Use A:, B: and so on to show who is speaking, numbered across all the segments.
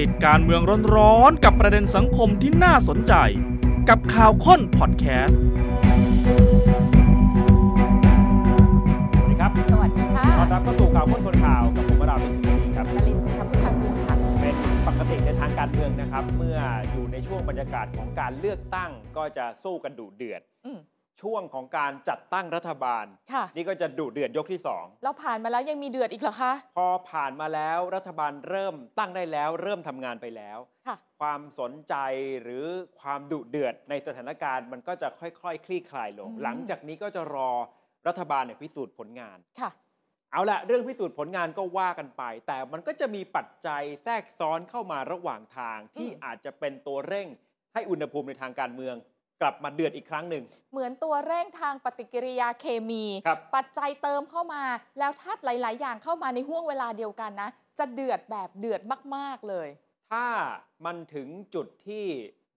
A: ติดการเมืองร้อนๆกับประเด็นสังคมที่น่าสนใจ กับข่าวค้นพอดแคสต์
B: สวัสดีครับ
C: สวัสดีค่ะ
B: ตอนรับเข้าสู่ข่าวค้นคนข่าวกับผมวราวิชญ์ชนนีครับ
C: นลินทร์สิงห์พุทธากุลค่ะ
B: เป็นปกติในทางการเมืองนะครับ เมื่ออยู่ในช่วงบรรยากาศของการเลือกตั้งก็จะสู้กันดุเดือด
C: อืม
B: ช่วงของการจัดตั้งรัฐบาล
C: ค่ะ
B: นี่ก็จะดุเดือดยกที่สอง
C: เราผ่านมาแล้วยังมีเดือดอีกเหรอคะ
B: พอผ่านมาแล้วรัฐบาลเริ่มตั้งได้แล้ว เริ่มทำงานไปแล้ว
C: ค่ะ
B: ความสนใจหรือความดุเดือดในสถานการณ์มันก็จะค่อยๆ คลี่คลายลง
C: อืม
B: หลังจากนี้ก็จะรอรัฐบาลเนี่ยพิสูจน์ผลงาน
C: ค่ะ
B: เอาละเรื่องพิสูจน์ผลงานก็ว่ากันไป แต่มันก็จะมีปัจจัยแทรกซ้อนเข้ามาระหว่างทาง ที่
C: อืม
B: อาจจะเป็นตัวเร่งให้อุณหภูมิในทางการเมือง กลับมาเดือดอีกครั้งหนึ่ง
C: เหมือนตัวเร่งทางปฏิกิริยาเคมี
B: ครับ
C: ปัจจัยเติมเข้ามา แล้วธาตุหลาย ๆ อย่างเข้ามาในห่วงเวลาเดียวกันนะ จะเดือดแบบเดือดมาก ๆ เลย
B: ถ้ามันถึงจุดที่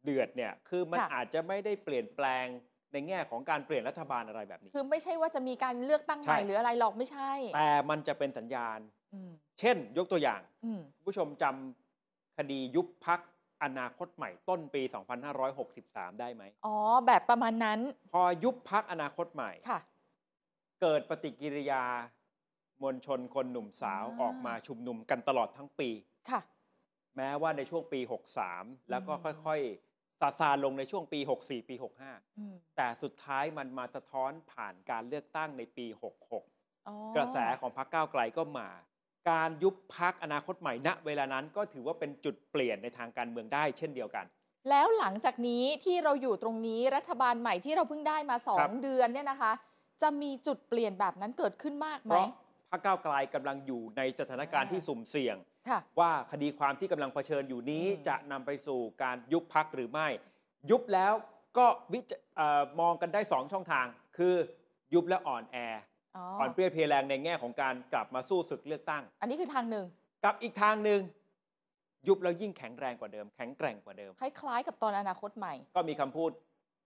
B: เดือดเนี่ย คือมัน
C: ค่ะ
B: อาจจะไม่ได้เปลี่ยนแปลงในแง่ของการเปลี่ยนรัฐบาลอะไรแบบนี้
C: คือไม่ใช่ว่าจะมีการเลือกตั้งให
B: ใช่
C: ม่หรืออะไรหรอกไม่ใช่
B: แต่มันจะเป็นสัญญาณ
C: อืม
B: เช่น ยกตัวอย่าง
C: อืม
B: คุณผู้ชมจำคดียุบพักอนาคตใหม่ต้นปี 2563 ได้ไหม
C: อ๋อ แบบประมาณนั้น
B: พอยุบพักอนาคตใหม่
C: ค่ะ
B: เกิดปฏิกิริยามวลชนคนหนุ่มสาว
C: อ่า
B: ออกมาชุมนุมกันตลอดทั้งปี
C: ค่ะ
B: แม้ว่าในช่วงปี 63 แล้วก็ค่อยๆซาซาลงในช่วงปี 64 ปี
C: อืม
B: 65 แต่สุดท้ายมันมาสะท้อนผ่านการเลือกตั้งในปี 66
C: อ๋อก
B: ระแสของพรรคก้าวไกลก็มา การยุบพักอนาคตใหม่ณเวลานั้นก็ถือว่าเป็นจุดเปลี่ยนในทางการเมืองได้เช่นเดียวกัน
C: แล้วหลังจากนี้ที่เราอยู่ตรงนี้รัฐบาลใหม่ที่เราเพิ่งได้มาสอ
B: ครั
C: ง
B: บ
C: เดือนเนี่ยนะคะ จะมีจุดเปลี่ยนแบบนั้นเกิดขึ้นมากไห
B: เพ
C: ม
B: ราะพรรคก้าวไกลกำลังอยู่ในสถานการณ์ที่สุ่มเสี่ยง
C: ค่ะ
B: ว่าคดีความที่กำลังเผชิญอยู่นี้
C: อืม
B: จะนำไปสู่การยุบพักหรือไม่ ยุบแล้วก็วิจเอ่อมองกันได้ 2 ช่องทาง คือยุบและอ่อนแอ
C: อ๋อ
B: อ
C: อ
B: อ่อนเปรี้ยเพลียแรงในแง่ของการกลับมาสู้ศึกเลือกตั้ง
C: อันนี้คือทางหนึ่ง
B: กับอีกทางหนึ่งยุบแล้วยิ่งแข็งแรงกว่าเดิม แข็งแกร่งกว่าเดิม
C: คล้ายๆ กับตอนอนาคตใหม่
B: ก็มีคำพูด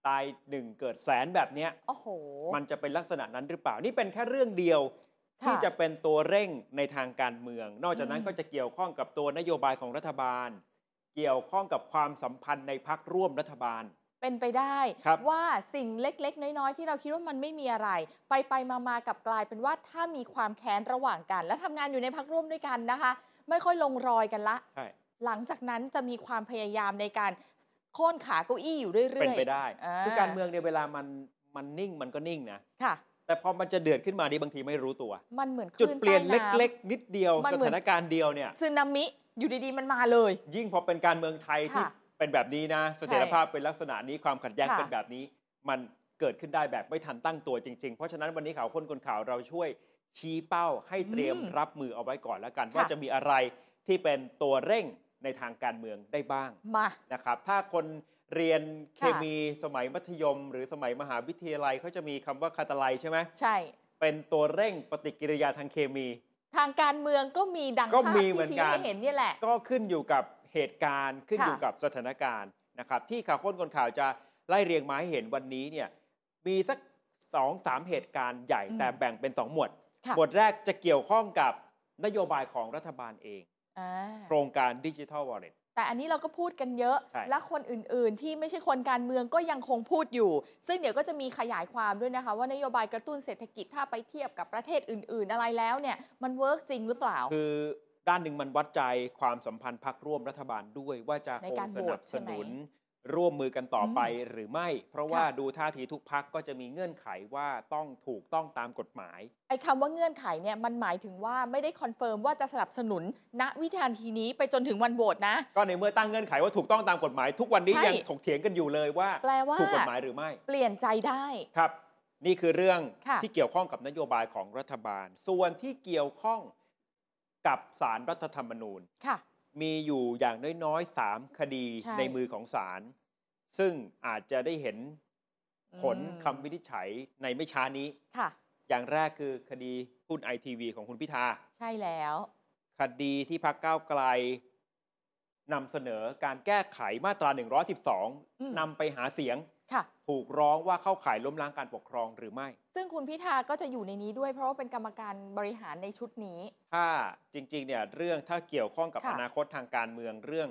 B: ตายหนึ่งเกิดแสนแบบเนี้ย
C: โอ้โห
B: มันจะเป็นลักษณะนั้นหรือเปล่า นี่เป็นแค่เรื่องเดียว ที่
C: ค่ะ
B: จะเป็นตัวเร่งในทางการเมือง นอกจากนั้น
C: อืม
B: ก็จะเกี่ยวข้องกับตัวนโยบายของรัฐบาล เกี่ยวข้องกับความสัมพันธ์ในพักร่วมรัฐบาล
C: เป็นไปได้
B: ครับ
C: ว่าสิ่งเล็กๆ น้อยๆ ที่เราคิดว่ามันไม่มีอะไร ไปไปมามาๆกลับกลายเป็นว่าถ้ามีความแค้นระหว่างกัน และทำงานอยู่ในพักร่วมด้วยกันนะคะ ไม่ค่อยลงรอยกันละ
B: ใช่
C: หลังจากนั้นจะมีความพยายามในการโค่นขาเก้าอี้อยู่เรื่อยๆ
B: เป็นไปได้
C: า
B: คือการเมืองเนี่ยเวลามันมันนิ่งมันก็นิ่งนะ
C: ค่ะ
B: แต่พอมันจะเดือดขึ้นมาดีบางทีไม่รู้ตัว
C: มันเหมือน
B: จุดเปลี่ยน
C: คใต้ำ
B: เล็ก ๆ นิดเดียว
C: มัน
B: ส
C: เหมือน
B: ถานการณ์เดียวเนี่ย
C: ซึนามิอยู่ดีๆมันมาเลย
B: ยิ่งพอเป็นการเมืองไทยที่
C: ค่ะ
B: เป็นแบบนี้นะเสถียรภาพเป็นลักษณะนี้ความขัดแย้ง
C: ค่ะ
B: เป็นแบบนี้ มันเกิดขึ้นได้แบบไม่ทันตั้งตัวจริง ๆ เพราะฉะนั้นวันนี้ข่าวคนคนข่าวเราช่วยชี้เป้าให้เตรียมรับมือเอาไว้ก่อนแล้วกัน ว่าจะมีอะไรที่เป็นตัวเร่งในทางการเมืองได้บ้าง
C: มา
B: นะครับ ถ้าคนเรียนเค
C: ค่ะ
B: มีสมัยมัธยม หรือสมัยมหาวิทยาลัยเขาจะมีคำว่าคาตาไลใช่ไหม
C: ใช่
B: เป็นตัวเร่งปฏิกิริยาทางเคมี
C: ทางการเมืองก็มีดัง
B: ก็
C: ภาพ
B: มี
C: ที่
B: เหมือน
C: ชี้
B: กัน
C: ให้เห็นเนี่ยแหละ
B: ก็ขึ้นอยู่กับเหตุการณ์ขึ้น
C: ค่ะ
B: อยู่กับสถานการณ์นะครับ ที่ข่าวค้นคนข่าวจะไล่เรียงมาให้เห็นวันนี้เนี่ยมีสักสองสามเหตุการณ์ใหญ่แต่แบ่งเป็น 2 หมวด
C: ค่ะ
B: หมวดแรกจะเกี่ยวข้องกับนโยบายของรัฐบาลเอง
C: อ่า
B: โครงการดิจิทัลวอลเล็ต
C: แต่อันนี้เราก็พูดกันเยอะ
B: ใช่
C: และคนอื่นๆ ที่ไม่ใช่คนการเมืองก็ยังคงพูดอยู่ ซึ่งเดี๋ยวก็จะมีขยายความด้วยนะคะ ว่านโยบายกระตุ้นเศรษฐกิจถ้าไปเทียบกับประเทศอื่น ๆ อะไรแล้วเนี่ยมันเวิร์กจริงหรือเปล่า
B: คือด้านหนึ่งมันวัดใจความสัมพันธ์พักร่วมรัฐบาลด้วย ว่าจะ
C: ใน
B: คง
C: การ
B: ส
C: โหว
B: นั
C: ต
B: บ
C: ใช่
B: ส
C: ไหม
B: นุน ร่วมมือกันต่ออ
C: ม
B: ไปหรือไม่ เพราะว่า
C: ค่ะ
B: ดูท่าทีทุกพักก็จะมีเงื่อนไขว่าต้องถูกต้องตามกฎหมาย
C: ไอ้คำว่าเงื่อนไขเนี่ยมันหมายถึงว่าไม่ได้คอนเฟิร์มว่าจะสนับสนุนณวิธานทีนี้ไปจนถึงวันโหวตนะ
B: ก็ในเมื่อตั้งเงื่อนไขว่าถูกต้องตามกฎหมาย ทุกวันนี้
C: ใช่
B: ยังถกเถียงกันอยู่เลยว่า
C: แปลว่า
B: ถูกกฎหมายหรือไม่
C: เปลี่ยนใจได้
B: ครับ นี่คือเรื่อง
C: ค่ะ
B: ที่เกี่ยวข้องกับนโยบายของรัฐบาล ส่วนที่เกี่ยวข้องกับสารรัฐธรรมนูญ
C: ค่ะ
B: มีอยู่อย่างน้อยๆ 3 คดี
C: ใช่
B: ในมือของศาลซึ่งอาจจะได้เห็นผล
C: อืม
B: คำวินิจฉัยในไม่ช้านี้
C: ค่ะ
B: อย่างแรกคือคดีหุ้นไอทีวีของคุณพิธา
C: ใช่แล้ว
B: คดีที่พักก้าวไกลนำเสนอการแก้ไขมาตรา
C: อืม
B: 112นำไปหาเสียง
C: ค่ะ
B: ถูกร้องว่าเข้าข่ายล้มล้างการปกครองหรือไม่
C: ซึ่งคุณพิธาก็จะอยู่ในนี้ด้วยเพราะว่าเป็นกรรมการบริหารในชุดนี้
B: ถ้าจริงๆเนี่ยเรื่องถ้าเกี่ยวข้องกับ
C: ค่ะ
B: อนาคตทางการเมืองเรื่อง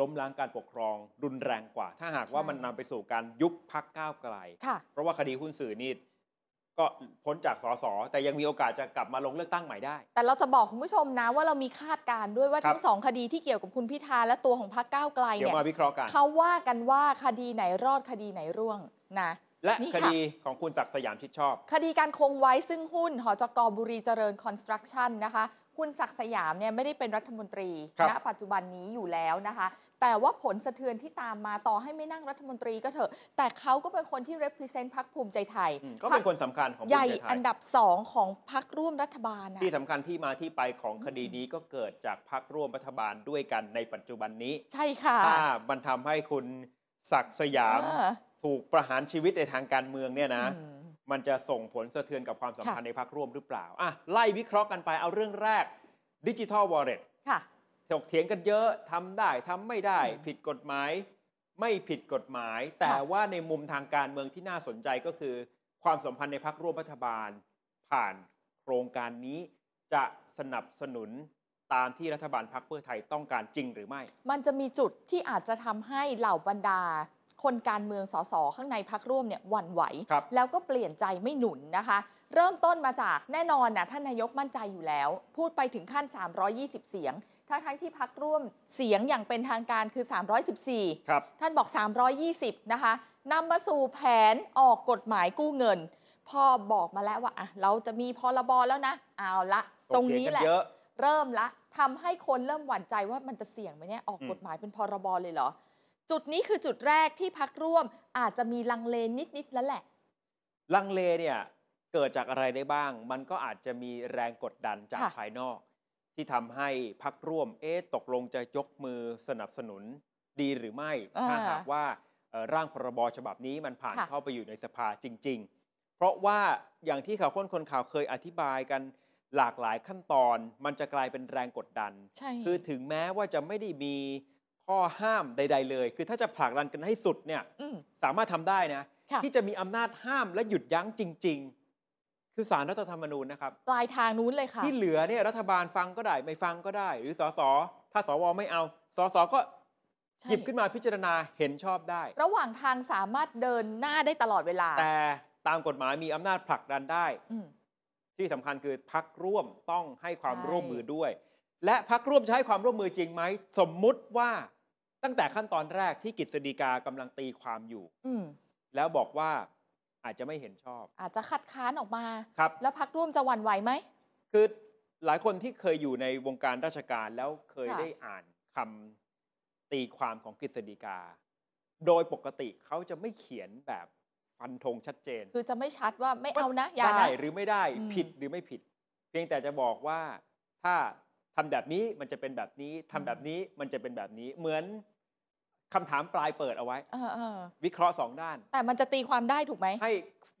B: ล้มล้างการปกครอง รุนแรงกว่า ถ้าหากว่า
C: ใช่
B: มันนำไปสู่การยุบพักก้าวไกล
C: ค่ะ
B: เพราะว่าคดีหุ้นสื่อนี่ก็พ้นจากสสแต่ยังมีโอกาสจะกลับมาลงเลือกตั้งใหม่ได้
C: แต่เราจะบอกคุณผู้ชมนะว่าเรามีคาดการณ์ด้วยว่า
B: ครับ
C: ทั้งสองคดีที่เกี่ยวกับคุณพิธาและตัวของพรรคก้าวไกล
B: เดี๋ย
C: เนี่
B: วยมาวิเคราะห์กัน
C: เขาว่ากันว่าคดีไหนรอดคดีไหนร่วงนะ
B: และ
C: นี่
B: ค
C: ค่ะ
B: ดีของคุณศักดิ์สยามชิดชอบ
C: คดีการคงไว้ซึ่งหุ้นหอจกบุรีเจริญคอนสตรักชั่นนะคะคุณศักดิ์สยามเนี่ยไม่ได้เป็นรัฐมนตรี
B: ครับ
C: ณปัจจุบันนี้อยู่แล้วนะคะ แต่ว่าผลสะเทือนที่ตามมาต่อให้ไม่นั่งรัฐมนตรีก็เถอะ แต่เขาก็เป็นคนที่ represent พรรคภูมิใจไทย
B: อืมก็เป็น
C: พ
B: ค
C: รร
B: นสำคัญของ
C: ค
B: ภู
C: ใหญ่
B: มิใจไท
C: อั
B: ย
C: นดับสองของพรรคร่วมรัฐบาลนะ
B: ที่สำคัญที่มาที่ไปของคดีนี้ก็เกิดจากพักร่วมรัฐบาลด้วยกันในปัจจุบันนี้
C: ใช่ค่ะ
B: ถ้ามันทำให้คุณศักดิ์สยาม
C: เออ
B: ถูกประหารชีวิตในทางการเมืองเนี่ยนะ
C: อืม
B: มันจะส่งผลสะเทือนกับความสัมพั
C: ค่ะ
B: นธ์ในพักร่วมหรือเปล่าอ่ะไล่วิเคราะห์กันไปเอาเรื่องแรกดิจิทัลวอลเล็ต
C: ค่ะ
B: ถกเถียงกันเยอะทำได้ทำไม่ได้
C: อืม
B: ผิดกฎหมาย ไม่ผิดกฎหมาย แต่
C: ค่ะ
B: ว่าในมุมทางการเมืองที่น่าสนใจก็คือ ความสัมพันธ์ในพักร่วมรัฐบาล ผ่านโครงการนี้จะสนับสนุนตามที่รัฐบาลพักเพื่อไทยต้องการจริงหรือไม่
C: มันจะมีจุดที่อาจจะทำให้เหล่าบรรดา คนการเมืองสสข้างในพักร่วมเนี่ยหวั่นไหว
B: ครับ
C: แล้วก็เปลี่ยนใจไม่หนุนนะคะ เริ่มต้นมาจากแน่นอนนะท่านนายกมั่นใจอยู่แล้ว พูดไปถึงขั้น 320 เสียงทั้งทั้งๆที่พักร่วมเสียงอย่างเป็นทางการคือ 314
B: ครับ
C: ท่านบอก 320 นะคะนำมาสู่แผนออกกฎหมายกู้เงิน พอบอกมาแล้วว่าอ่ะเราจะมีพรบแล้วนะเอาละตรงนี้แหละ
B: ถกเถียกัเยอะ
C: เริ่มละทำให้คนเริ่มหวั่นใจว่ามันจะเสี่ยงไหมเนี่ยออก
B: อืม
C: กฎหมายเป็นพรบเลยเหรอ จุดนี้คือจุดแรกที่พักร่วมอาจจะมีลังเลนิด ๆ แล้วแหละ
B: ลังเลเนี่ยเกิดจากอะไรได้บ้าง มันก็อาจจะมีแรงกดดันจาก
C: ค่ะ
B: ภายนอก ที่ทำให้พักร่วม เอ๊ะตกลงจะยกมือสนับสนุนดีหรือไม่ ถ้าหากว่าเอ่อร่างพรบฉบับนี้มันผ่านเข้าไปอยู่ในสภาจริง ๆ เพราะว่าอย่างที่ข่าวค้นคนข่าวเคยอธิบายกันหลากหลายขั้นตอน มันจะกลายเป็นแรงกดดัน
C: ใช่
B: คือถึงแม้ว่าจะไม่ได้มีข้อห้ามใด ๆ เลย คือถ้าจะผลักดันกันให้สุดเนี่ย
C: อืม
B: สามารถทำได้นะ
C: ค่ะ
B: ที่จะมีอำนาจห้ามและหยุดยั้งจริง ๆ คือสารรัฐธรรมนูญนะครับ
C: ปลายทางนู้นเลยค่ะ
B: ที่เหลือเนี่ยรัฐบาลฟังก็ได้ ไม่ฟังก็ได้ หรือสสถ้าสวไม่เอาสสก็
C: ใช่
B: หยิบขึ้นมาพิจารณาเห็นชอบได้
C: ระหว่างทางสามารถเดินหน้าได้ตลอดเวลา
B: แต่ตามกฎหมายมีอำนาจผลักดันได้
C: อืม
B: ที่สำคัญคือพักร่วมต้องให้ความ
C: ใช่
B: ร่วมมือด้วย และพักร่วมจะให้ความร่วมมือจริงไหมสมมุติว่าตั้งแต่ขั้นตอนแรกที่กฤษฎีกากำลังตีความอยู่
C: อืม
B: แล้วบอกว่าอาจจะไม่เห็นชอบ
C: อาจจะคัดค้านออกมา
B: ครับ
C: แล้วพักร่วมจะหวั่นไหวไหม
B: คือหลายคนที่เคยอยู่ในวงการราชการแล้วเคย
C: ค่ะ
B: ได้อ่านคำตีความของกฤษฎีกา โดยปกติเขาจะไม่เขียนแบบฟันธงชัดเจน
C: คือจะไม่ชัดว่าไม่เอานะอย่า
B: ได้
C: นะ
B: หรือไม่ได้
C: อืม
B: ผิดหรือไม่ผิด เพียงแต่จะบอกว่าถ้าทำแบบนี้มันจะเป็นแบบนี้ทำ
C: อืม
B: แบบนี้มันจะเป็นแบบนี้ เหมือนคำถามปลายเปิดเอาไว้
C: เออเออ
B: วิเคราะห์สองด้าน
C: แต่มันจะตีความได้ถูกไหม
B: ให้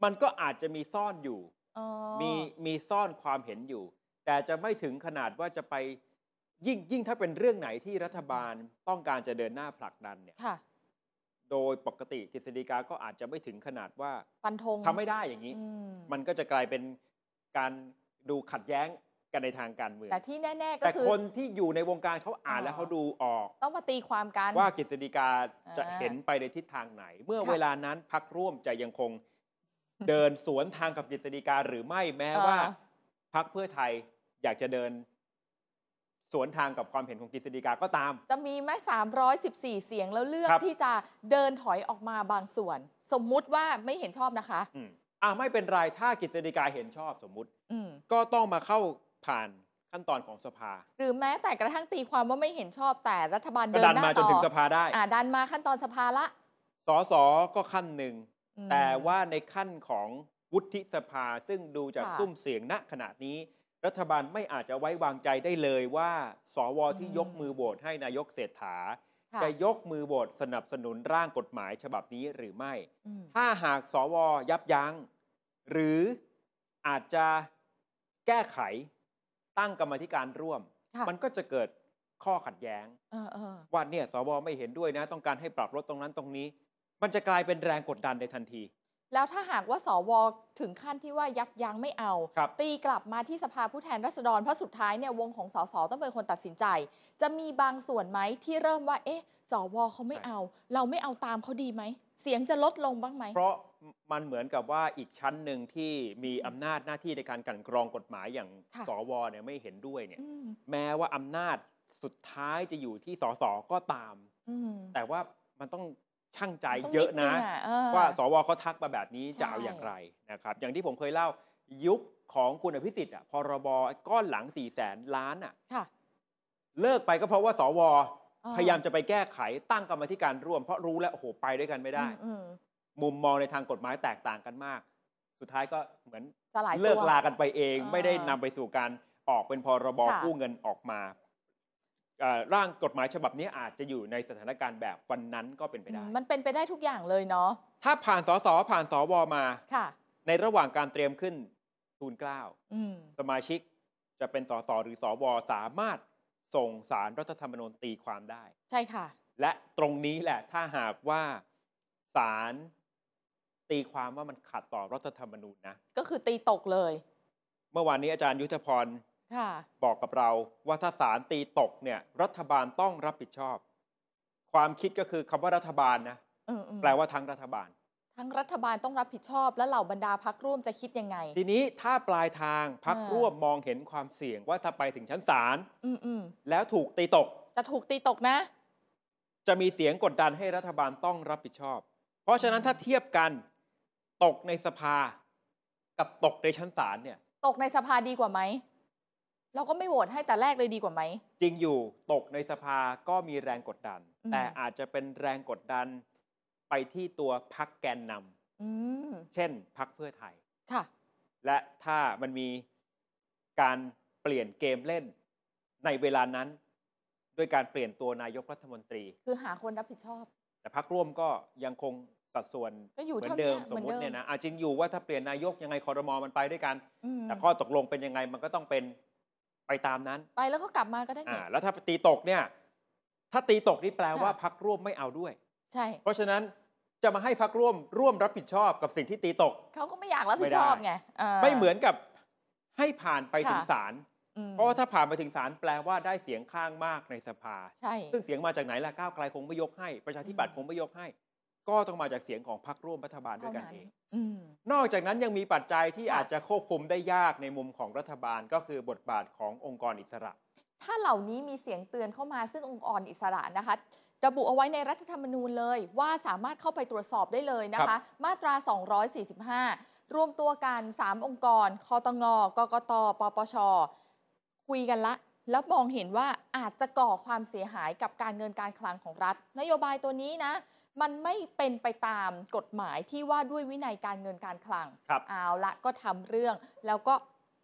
B: มันก็อาจจะมีซ่อนอยู่
C: อ๋อ
B: มีมีซ่อนความเห็นอยู่ แต่จะไม่ถึงขนาดว่าจะไปยิ่งยิ่งถ้าเป็นเรื่องไหนที่รัฐบาลต้องการจะเดินหน้าผลักดันเนี่ย
C: ค่ะ
B: โดยปกติกฤษฎีกาก็อาจจะไม่ถึงขนาดว่า
C: ฟันธง
B: ทำไม่ได้อย่างนี้
C: อืม
B: มันก็จะกลายเป็นการดูขัดแย้งกันในทางการเมือง
C: แต่ที่แน่ ๆ ก็
B: แต่
C: คือ
B: คนที่อยู่ในวงการเขาอ่าน
C: อ๋อ
B: แล้วเขาดูออก
C: ต้องมาตีความกัน
B: ว่ากฤษฎีกาจะ
C: อ่า
B: เห็นไปในทิศทางไหน เมื่อ
C: ค่ะ
B: เวลานั้นพักร่วมจะยังคง เดินสวนทางกับกฤษฎีกาหรือไม่แม้
C: อ่า
B: ว่าพักเพื่อไทยอยากจะเดิน สวนทางกับความเห็นของกฤษฎีกาก็ตาม
C: จะมีไหม314 เสียงแล้วเลือก
B: ครับ
C: ที่จะเดินถอยออกมาบางส่วน สมมุติว่าไม่เห็นชอบนะคะ
B: อืมอ่าไม่เป็นไรถ้ากฤษฎีกาเห็นชอบสมมุติ
C: อืม
B: ก็ต้องมาเข้าผ่านขั้นตอนของสภา
C: หรือแม้แต่กระทั่งตีความว่าไม่เห็นชอบแต่รัฐบาล
B: ก็
C: เดิน
B: ดัน
C: หน้า
B: มาจ
C: ต่
B: น
C: อ
B: ถึงสภาได้
C: อ่าดันมาขั้นตอนสภาละ
B: สสก็ขั้นหนึ่ง
C: อืม
B: แต่ว่าในขั้นของวุฒิสภาซึ่งดูจาก
C: ค่ะ
B: ซุ้มเสียงณขณะนี้ รัฐบาลไม่อาจจะไว้วางใจได้เลยว่า สวที่
C: อืม
B: ยกมือโหวตให้นายกเศรษฐา
C: ค่ะ
B: จะยกมือโหวตสนับสนุนร่างกฎหมายฉบับนี้หรือไม่
C: อืม
B: ถ้าหากสวยับยั้งหรืออาจจะแก้ไขตั้งกรรมธิการร่วม
C: ค่ะ
B: มันก็จะเกิดข้อขัดแย้ง
C: เออเออ
B: ว่าเนี่ยสวไม่เห็นด้วยนะ ต้องการให้ปรับลดตรงนั้นตรงนี้ มันจะกลายเป็นแรงกดดันในทันที
C: แล้วถ้าหากว่าสวถึงขั้นที่ว่ายับยั้งไม่เอา
B: ครับ
C: ตีกลับมาที่สภาผู้แทนราษฎรเพราะสุดท้ายเนี่ยวงของสสต้องเป็นคนตัดสินใจ จะมีบางส่วนไหมที่เริ่มว่า เอ๊ะสวเขาไม่เอา เราไม่เอาตามเขาดีไหม เสียงจะลดลงบ้างไหม
B: เพราะมันเหมือนกับว่าอีกชั้นหนึ่งที่มีอำนาจหน้าที่ในการกลั่นกรองกฎหมายอย่าง
C: ค่ะ
B: สวเนี่ยไม่เห็นด้วยเนี่ย
C: อืม
B: แม้ว่าอำนาจสุดท้ายจะอยู่ที่สสก็ตาม
C: อืม
B: แต่ว่ามันต้องชั่งใจ
C: ต้อง
B: เยอะนะ
C: ดงอเออ
B: ว่าสวเขาทักมาแบบนี้
C: ใช่
B: จะเอาอย่างไรนะครับ อย่างที่ผมเคยเล่ายุคของคุณอภิสิทธิ์อะพรบก้อนหลัง4ี่แสนล้านอะ
C: ค่ะ
B: เลิกไปก็เพราะว่าสว
C: เออ
B: พยายามจะไปแก้ไขตั้งกรรมธิการร่วม เพราะรู้แล้วโอ้โหไปด้วยกันไม่ได้
C: อืม
B: มุมมองในทางกฎหมายแตกต่างกันมาก สุดท้ายก็เหมือน
C: สลายตัว
B: เลิกลากันไปเอง
C: อ่า
B: ไม่ได้นำไปสู่การออกเป็นพรบ
C: ค่ะ
B: กู้เงินออกมาเอ่อร่างกฎหมายฉบับนี้อาจจะอยู่ในสถานการณ์แบบวันนั้นก็เป็นไป
C: อื
B: ได้
C: มมันเป็นไปได้ทุกอย่างเลยเนาะ
B: ถ้าผ่านสสผ่านสวมา
C: ค่ะ
B: ในระหว่างการเตรียมขึ้นทูลเกล้า
C: อืม
B: สมาชิกจะเป็นสสหรือสวสามารถส่งสารรัฐธรรมนูญตีความได้
C: ใช่ค่ะ
B: และตรงนี้แหละถ้าหากว่าสารตีความว่ามันขัดต่อรัฐธรรมนูญนะ
C: ก็คือตีตกเลย
B: เมื่อวานนี้อาจารย์ยุทธพร
C: ค่ะ
B: บอกกับเราว่าถ้าสารตีตกเนี่ยรัฐบาลต้องรับผิดชอบ ความคิดก็คือคำว่ารัฐบาลนะ
C: อืมอืม
B: แปลว่าทั้งรัฐบาล
C: ทั้งรัฐบาลต้องรับผิดชอบ และเหล่าบรรดาพักร่วมจะคิดยังไง
B: ทีนี้ถ้าปลายทางพัก
C: อ่า
B: ร่วมมองเห็นความเสี่ยงว่าถ้าไปถึงชั้นศาล
C: อืมอืม
B: แล้วถูกตีตก
C: จะถูกตีตกนะ
B: จะมีเสียงกดดันให้รัฐบาลต้องรับผิดชอบ เพราะฉะนั้นถ้าเทียบกันตกในสภา กับตกในชั้นศาลเนี่ย
C: ตกในสภาดีกว่าไหม เราก็ไม่โหวตให้แต่แรกเลยดีกว่าไหม
B: จริงอยู่ตกในสภาก็มีแรงกดดัน
C: อืม
B: แต่อาจจะเป็นแรงกดดันไปที่ตัวพักแกนนำ
C: อืม
B: เช่นพักเพื่อไทย
C: ค่ะ
B: และถ้ามันมีการเปลี่ยนเกมเล่นในเวลานั้น ด้วยการเปลี่ยนตัวนายกรัฐมนตรี
C: คือหาคนรับผิดชอบ
B: แต่พักร่วมก็ยังคงสัดส่วน
C: ก็อยู่
B: เหมือ
C: เท่าน เนี้
B: เดิ
C: ย
B: มสมมติ
C: หอ
B: เนี่ยนะอาจริงอยู่ว่าถ้าเปลี่ยนนายกยังไงคอรมอมันไปด้วยกัน
C: อืม
B: แต่ข้อตกลงเป็นยังไงมันก็ต้องเป็นไปตามนั้น
C: ไปแล้วก็กลับมาก็ได้เนี่
B: อ่า
C: ย
B: แล้วถ้าตีตกเนี่ยถ้าตีตกนี่แปลว่า
C: ค่ะ
B: พักร่วมไม่เอาด้วย
C: ใช่
B: เพราะฉะนั้นจะมาให้พักร่วมร่วมรับผิดชอบกับสิ่งที่ตีตก
C: เขาก็ไม่อยากรับผิดชอบ
B: ไม่ได้
C: ไงา
B: ไม่เหมือนกับให้ผ่านไปถึง
C: ค่ะ
B: ศาล
C: อืม
B: เพราะว่าถ้าผ่านไปถึงศาลแปลว่าได้เสียงข้างมากในสภา
C: ใช่
B: ซึ่งเสียงมาจากไหนล่ะก้าวไกลคงไม่ยกให้ ประชาธิปัตย์
C: อืม
B: คงไม่ยกให้ ก็ต้องมาจากเสียงของพรรคร่วมรัฐบาลด้ว
C: เท่าย
B: กัน
C: นั้น
B: เอง
C: อืม
B: นอกจากนั้นยังมีปัจจัยที่
C: ค่ะ
B: อาจจะควบคุมได้ยากในมุมของรัฐบาลก็คือบทบาทขององค์กรอิสระ
C: ถ้าเหล่านี้มีเสียงเตือนเข้ามาซึ่งองค์กรอิสระนะคะ ระบุเอาไว้ในรัฐธรรมนูญเลย ว่าสามารถเข้าไปตรวจสอบได้เลยนะ
B: ครั
C: คะ
B: บ
C: มาตรา 245 รวมตัวกัน 3 องค์กร คอตงกกต ปปช คุยกันละ แล้วมองเห็นว่าอาจจะก่อความเสียหายกับการเงินการคลังของรัฐ นโยบายตัวนี้นะ มันไม่เป็นไปตามกฎหมายที่ว่าด้วยวินัยการเงินการคลัง
B: ครับ
C: เอาละก็ทำเรื่องแล้วก็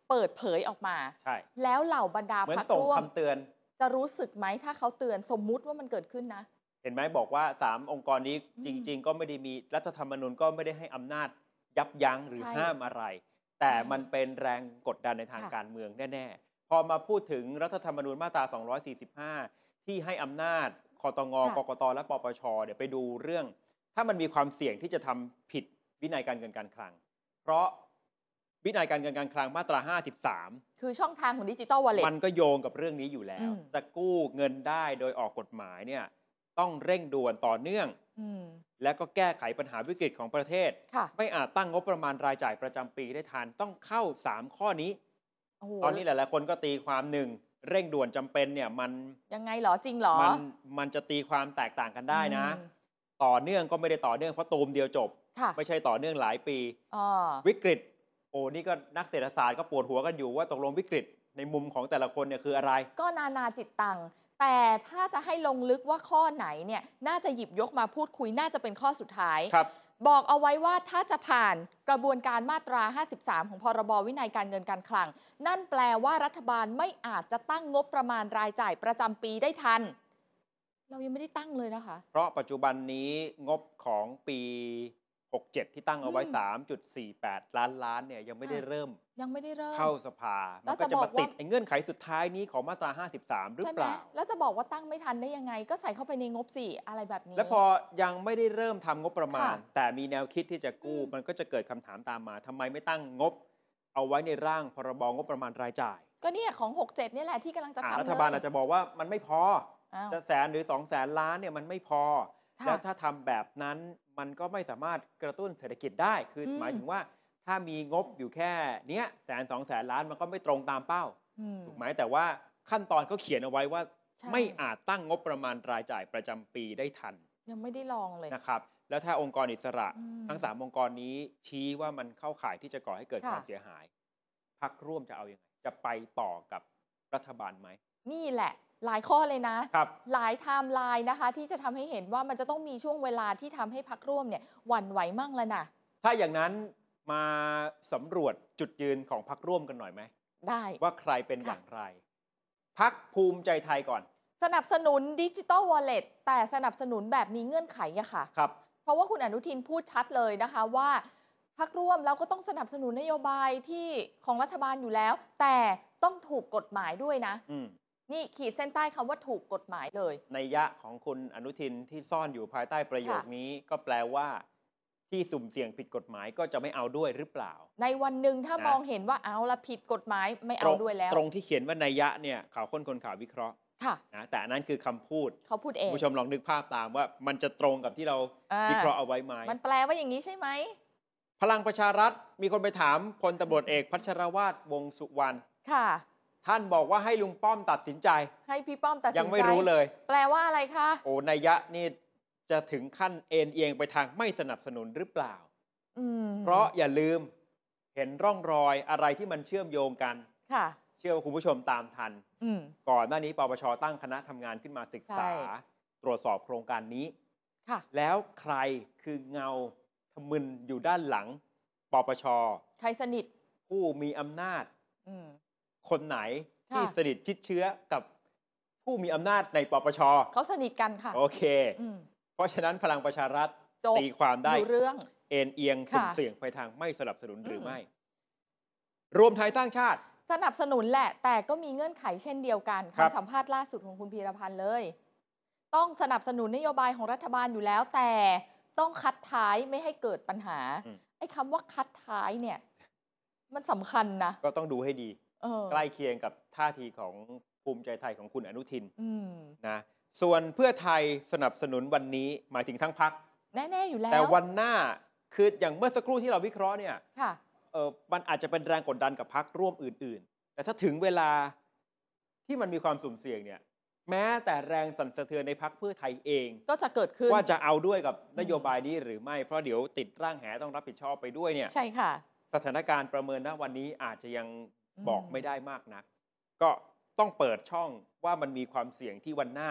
C: เปิดเผยออกมา
B: ใช่
C: แล้วเหล่าบรรดา
B: เหมือน
C: พรรค
B: ส่ง
C: ร่ว
B: คำ
C: ม
B: เตือน
C: จะรู้สึกไหมถ้าเขาเตือนสมมุติว่ามันเกิดขึ้นนะ
B: เห็นไหมบอกว่า 3 องค์กรนี้
C: อืม
B: จริง ๆ ก็ไม่ได้มีรัฐธรรมนูญก็ไม่ได้ให้อำนาจยับยั้งหรือ
C: ใช่
B: ห้ามอะไร แต่
C: ใช่
B: มันเป็นแรงกดดันในทาง
C: ค่ะ
B: การเมืองแน่ ๆ พอมาพูดถึงรัฐธรรมนูญมาตรา 245 ที่ให้อำนาจคอตงกกตและปปชเนี่ยไปดูเรื่อง ถ้ามันมีความเสี่ยงที่จะทำผิดวินัยการเงินการคลัง เพราะวินัยการเงินการคลังมาตรา 53
C: คือช่องทางของดิจิตอลวอลเล็ต
B: มันก็โยงกับเรื่องนี้อยู่แล้ว
C: อืม
B: จะกู้เงินได้โดยออกกฎหมายเนี่ยต้องเร่งด่วนต่อเนื่อง และก็แก้ไขปัญหาวิกฤตของประเทศ
C: ค่ะ
B: ไม่อาจตั้งงบประมาณรายจ่ายประจำปีได้ทันต้องเข้า 3 ข้อนี้
C: โอ้โห
B: ตอนนี้หลายๆคนก็ตีความหนึ่งเร่งด่วนจำเป็นเนี่ยมัน
C: ยังไงเหรอจริงเหรอ
B: มันมันจะตีความแตกต่างกันได้นะ
C: อืม
B: ต่อเนื่องก็ไม่ได้ต่อเนื่องเพราะตูมเดียวจบ
C: ค่ะ
B: ไม่ใช่ต่อเนื่องหลายปี
C: อ๋อ
B: วิกฤต โอ้นี่ก็นักเศรษฐศาสตร์ก็ปวดหัวกันอยู่ว่าตกลงวิกฤต ในมุมของแต่ละคนเนี่ยคืออะไร
C: ก็นานาจิตตัง แต่ถ้าจะให้ลงลึกว่าข้อไหนเนี่ย น่าจะหยิบยกมาพูดคุยน่าจะเป็นข้อสุดท้าย
B: ครับ
C: บอกเอาไว้ว่าถ้าจะผ่านกระบวนการมาตรา 53 ของพรบวินัยการเงินการคลัง นั่นแปลว่ารัฐบาลไม่อาจจะตั้งงบประมาณรายจ่ายประจำปีได้ทัน เรายังไม่ได้ตั้งเลยนะคะ
B: เพราะปัจจุบันนี้งบของปี 67 ที่ตั้งเอาไว้
C: อืม
B: 3.48 ล้านล้านเนี่ยยังไม่ได้
C: ค่ะ
B: เริ่ม
C: ยังไม่ได้เริ่ม
B: เข้าสภา
C: แล้
B: มั
C: วน จะ
B: ก็จะ
C: บอ
B: มาก ติด
C: ว่า
B: ไอ้เงื่อนไขสุดท้ายนี้ของมาตรา 53 หรือ
C: ใช่
B: เป
C: ไหม
B: ล่า
C: แล้วจะบอกว่าตั้งไม่ทันได้ยังไง ก็ใส่เข้าไปในงบสี่อะไรแบบนี้
B: และพอยังไม่ได้เริ่มทำงบประมาณ
C: ค่ะ
B: แต่มีแนวคิดที่จะกู้
C: อืม
B: มันก็จะเกิดคำถามตามมาทำไมไม่ตั้งงบ เอาไว้ในร่างพรบงบประมาณรายจ่าย
C: ก็เนี่ยของ 67เนี่ยแหละที่กำลังจะ
B: อ่ะ
C: ทำ
B: รัฐบาล
C: เย
B: อาจจะบอกว่ามันไม่พอ
C: อ้าว
B: จะแสนหรือ 2 0 0แสนล้านเนี่ยมันไม่พอ
C: ค่ะ
B: แล้วถ้าทำแบบนั้นมันก็ไม่สามารถกระตุ้นเศรษฐกิจได้ คืออ
C: ม
B: หมายถึงว่าถ้ามีงบอยู่แค่เนี้ยแสนสองแสนล้านมันก็ไม่ตรงตามเป้า
C: อืม
B: ถูกไหมแต่ว่าขั้นตอนเขาเขียนเอาไว้ว่า
C: ใช่
B: ไม่อาจตั้งงบประมาณรายจ่ายประจำปีได้ทัน
C: ยังไม่ได้ลองเลย
B: นะครับ แล้วถ้าองค์กรอิสระ
C: อืม
B: ทั้งสามองค์กรนี้ชี้ว่ามันเข้าข่ายที่จะก่อให้เกิด
C: ค่ะ
B: ความเสียหายพักร่วมจะเอาอยัางไงจะไปต่อกับรัฐบาลไหม
C: นี่แหละ หลายข้อเลยนะ
B: ครับ
C: หลายไทม์ไลน์นะคะ ที่จะทำให้เห็นว่ามันจะต้องมีช่วงเวลาที่ทำให้พักร่วมเนี่ยหวั่นไหวมั่งแล้วนะ
B: ถ้าอย่างนั้นมาสำรวจจุดยืนของพักร่วมกันหน่อยไหม
C: ได้
B: ว่าใครเป็น
C: ค่ะ
B: อย่างไร พักภูมิใจไทยก่อน
C: สนับสนุนดิจิ t a ลวอลเล็ตแต่สนับสนุนแบบมีเงื่อนไขอะค่ะ
B: ครับ
C: เพราะว่าคุณอนุทินพูดชัดเลยนะคะว่าพักร่วมเราก็ต้องสนับสนุนนโยบายที่ของรัฐบาลอยู่แล้ว แต่ต้องถูกกฎหมายด้วยนะ
B: อืม
C: นี่ขีดเส้นใต้คำว่าถูกกฎหมายเลย
B: ในยะของคุณอนุทินที่ซ่อนอยู่ภายใต้ประโยคนี้ ก็แปลว่า ที่สุ่มเสี่ยงผิดกฎหมายก็จะไม่เอาด้วยหรือเปล่า
C: ในวันหนึ่งถ้า
B: นะ
C: มองเห็นว่าเอาละผิดกฎหมายไม่เอาด้วยแล้ว
B: ตรงที่เขียนว่าในยะเนี่ยข่าวค้นคนข่าววิเคราะห์
C: ค่ะ
B: นะแต่อันนั้นคือคำพูด
C: เขาพูดเอง
B: ผู้ชมลองนึกภาพตามว่า มันจะตรงกับที่เรา
C: อ่า
B: วิเคราะห์เอาไว้ไหม
C: มันแปลว่าอย่างนี้ใช่ไหม
B: พลังประชารัฐมีคนไปถามพลตำรวจเอกพัชรวาทวงสุวรรณ
C: ค่ะ
B: ท่านบอกว่าให้ลุงป้อมตัดสินใจ
C: ให้พี่ป้อมตัดสินใจ
B: ยังไม่รู้เลย
C: แปลว่าอะไรคะ
B: โอ้นัยยะนี่จะถึงขั้นเอ็นเอียงไปทางไม่สนับสนุนหรือเปล่า
C: อืม
B: เพราะอย่าลืมเห็นร่องรอยอะไรที่มันเชื่อมโยงกัน
C: ค่ะ
B: เชื่อว่าคุณผู้ชมตามทัน
C: อืม
B: ก่อนหน้านี้ปปชตั้งคณะทำงานขึ้นมาศึกษา
C: ใช่
B: ตรวจสอบโครงการนี้
C: ค่ะ
B: แล้วใครคือเงาทมึนอยู่ด้านหลังปปช
C: ใครสนิท
B: ผู้มีอำนาจ
C: อืม
B: คนไหนที่
C: ค่ะ
B: สนิทชิดเชื้อกับผู้มีอำนาจในปปช
C: เขาสนิทกันค่ะ
B: โอเค
C: อืม
B: เพราะฉะนั้นพลังประชารัฐ
C: จบ
B: ตีความได้
C: อยู่เรื่อง
B: เอ็นเอียงสุ่ม
C: ค่ะ
B: เสี่ยงไปทางไม่สนับสนุนหรืออ
C: ม
B: ไม่ รวมไทยสร้างชาติ
C: สนับสนุนแหละ แต่ก็มีเงื่อนไขเช่นเดียวกัน
B: ครับ
C: คำสัมภาษณ์ล่าสุดของคุณพีรพันธ์เลย ต้องสนับสนุนนโยบายของรัฐบาลอยู่แล้ว แต่ต้องคัดท้ายไม่ให้เกิดปัญหา ไอ้คำว่าคัดท้ายเนี่ย มันสำคัญนะ
B: ก็ต้องดูให้ดี
C: เออ
B: ใกล้เคียงกับท่าทีของภูมิใจไทยของคุณอนุทิน
C: อืม
B: นะส่วนเพื่อไทยสนับสนุนวันนี้หมายถึงทั้งพัก
C: แน่ ๆ อยู่แล้ว
B: แต่วันหน้าคืออย่างเมื่อสักครู่ที่เราวิเคราะห์เนี่ย
C: ค่ะ
B: เออมันอาจจะเป็นแรงกดดันกับพักร่วมอื่น ๆ แต่ถ้าถึงเวลาที่มันมีความสุ่มเสี่ยงเนี่ย แม้แต่แรงสั่นสะเทือนในพักเพื่อไทยเอง
C: ก็จะเกิดขึ้น
B: ว่าจะเอาด้วยกับนโยบายนี้หรือไม่ เพราะเดี๋ยวติดร่างแหต้องรับผิดชอบไปด้วยเนี่ย
C: ใช่ค่ะ
B: สถานการณ์ประเมินณวันนี้อาจจะยัง
C: อืม
B: บอกไม่ได้มากนัก ก็ต้องเปิดช่องว่ามันมีความเสี่ยงที่วันหน้า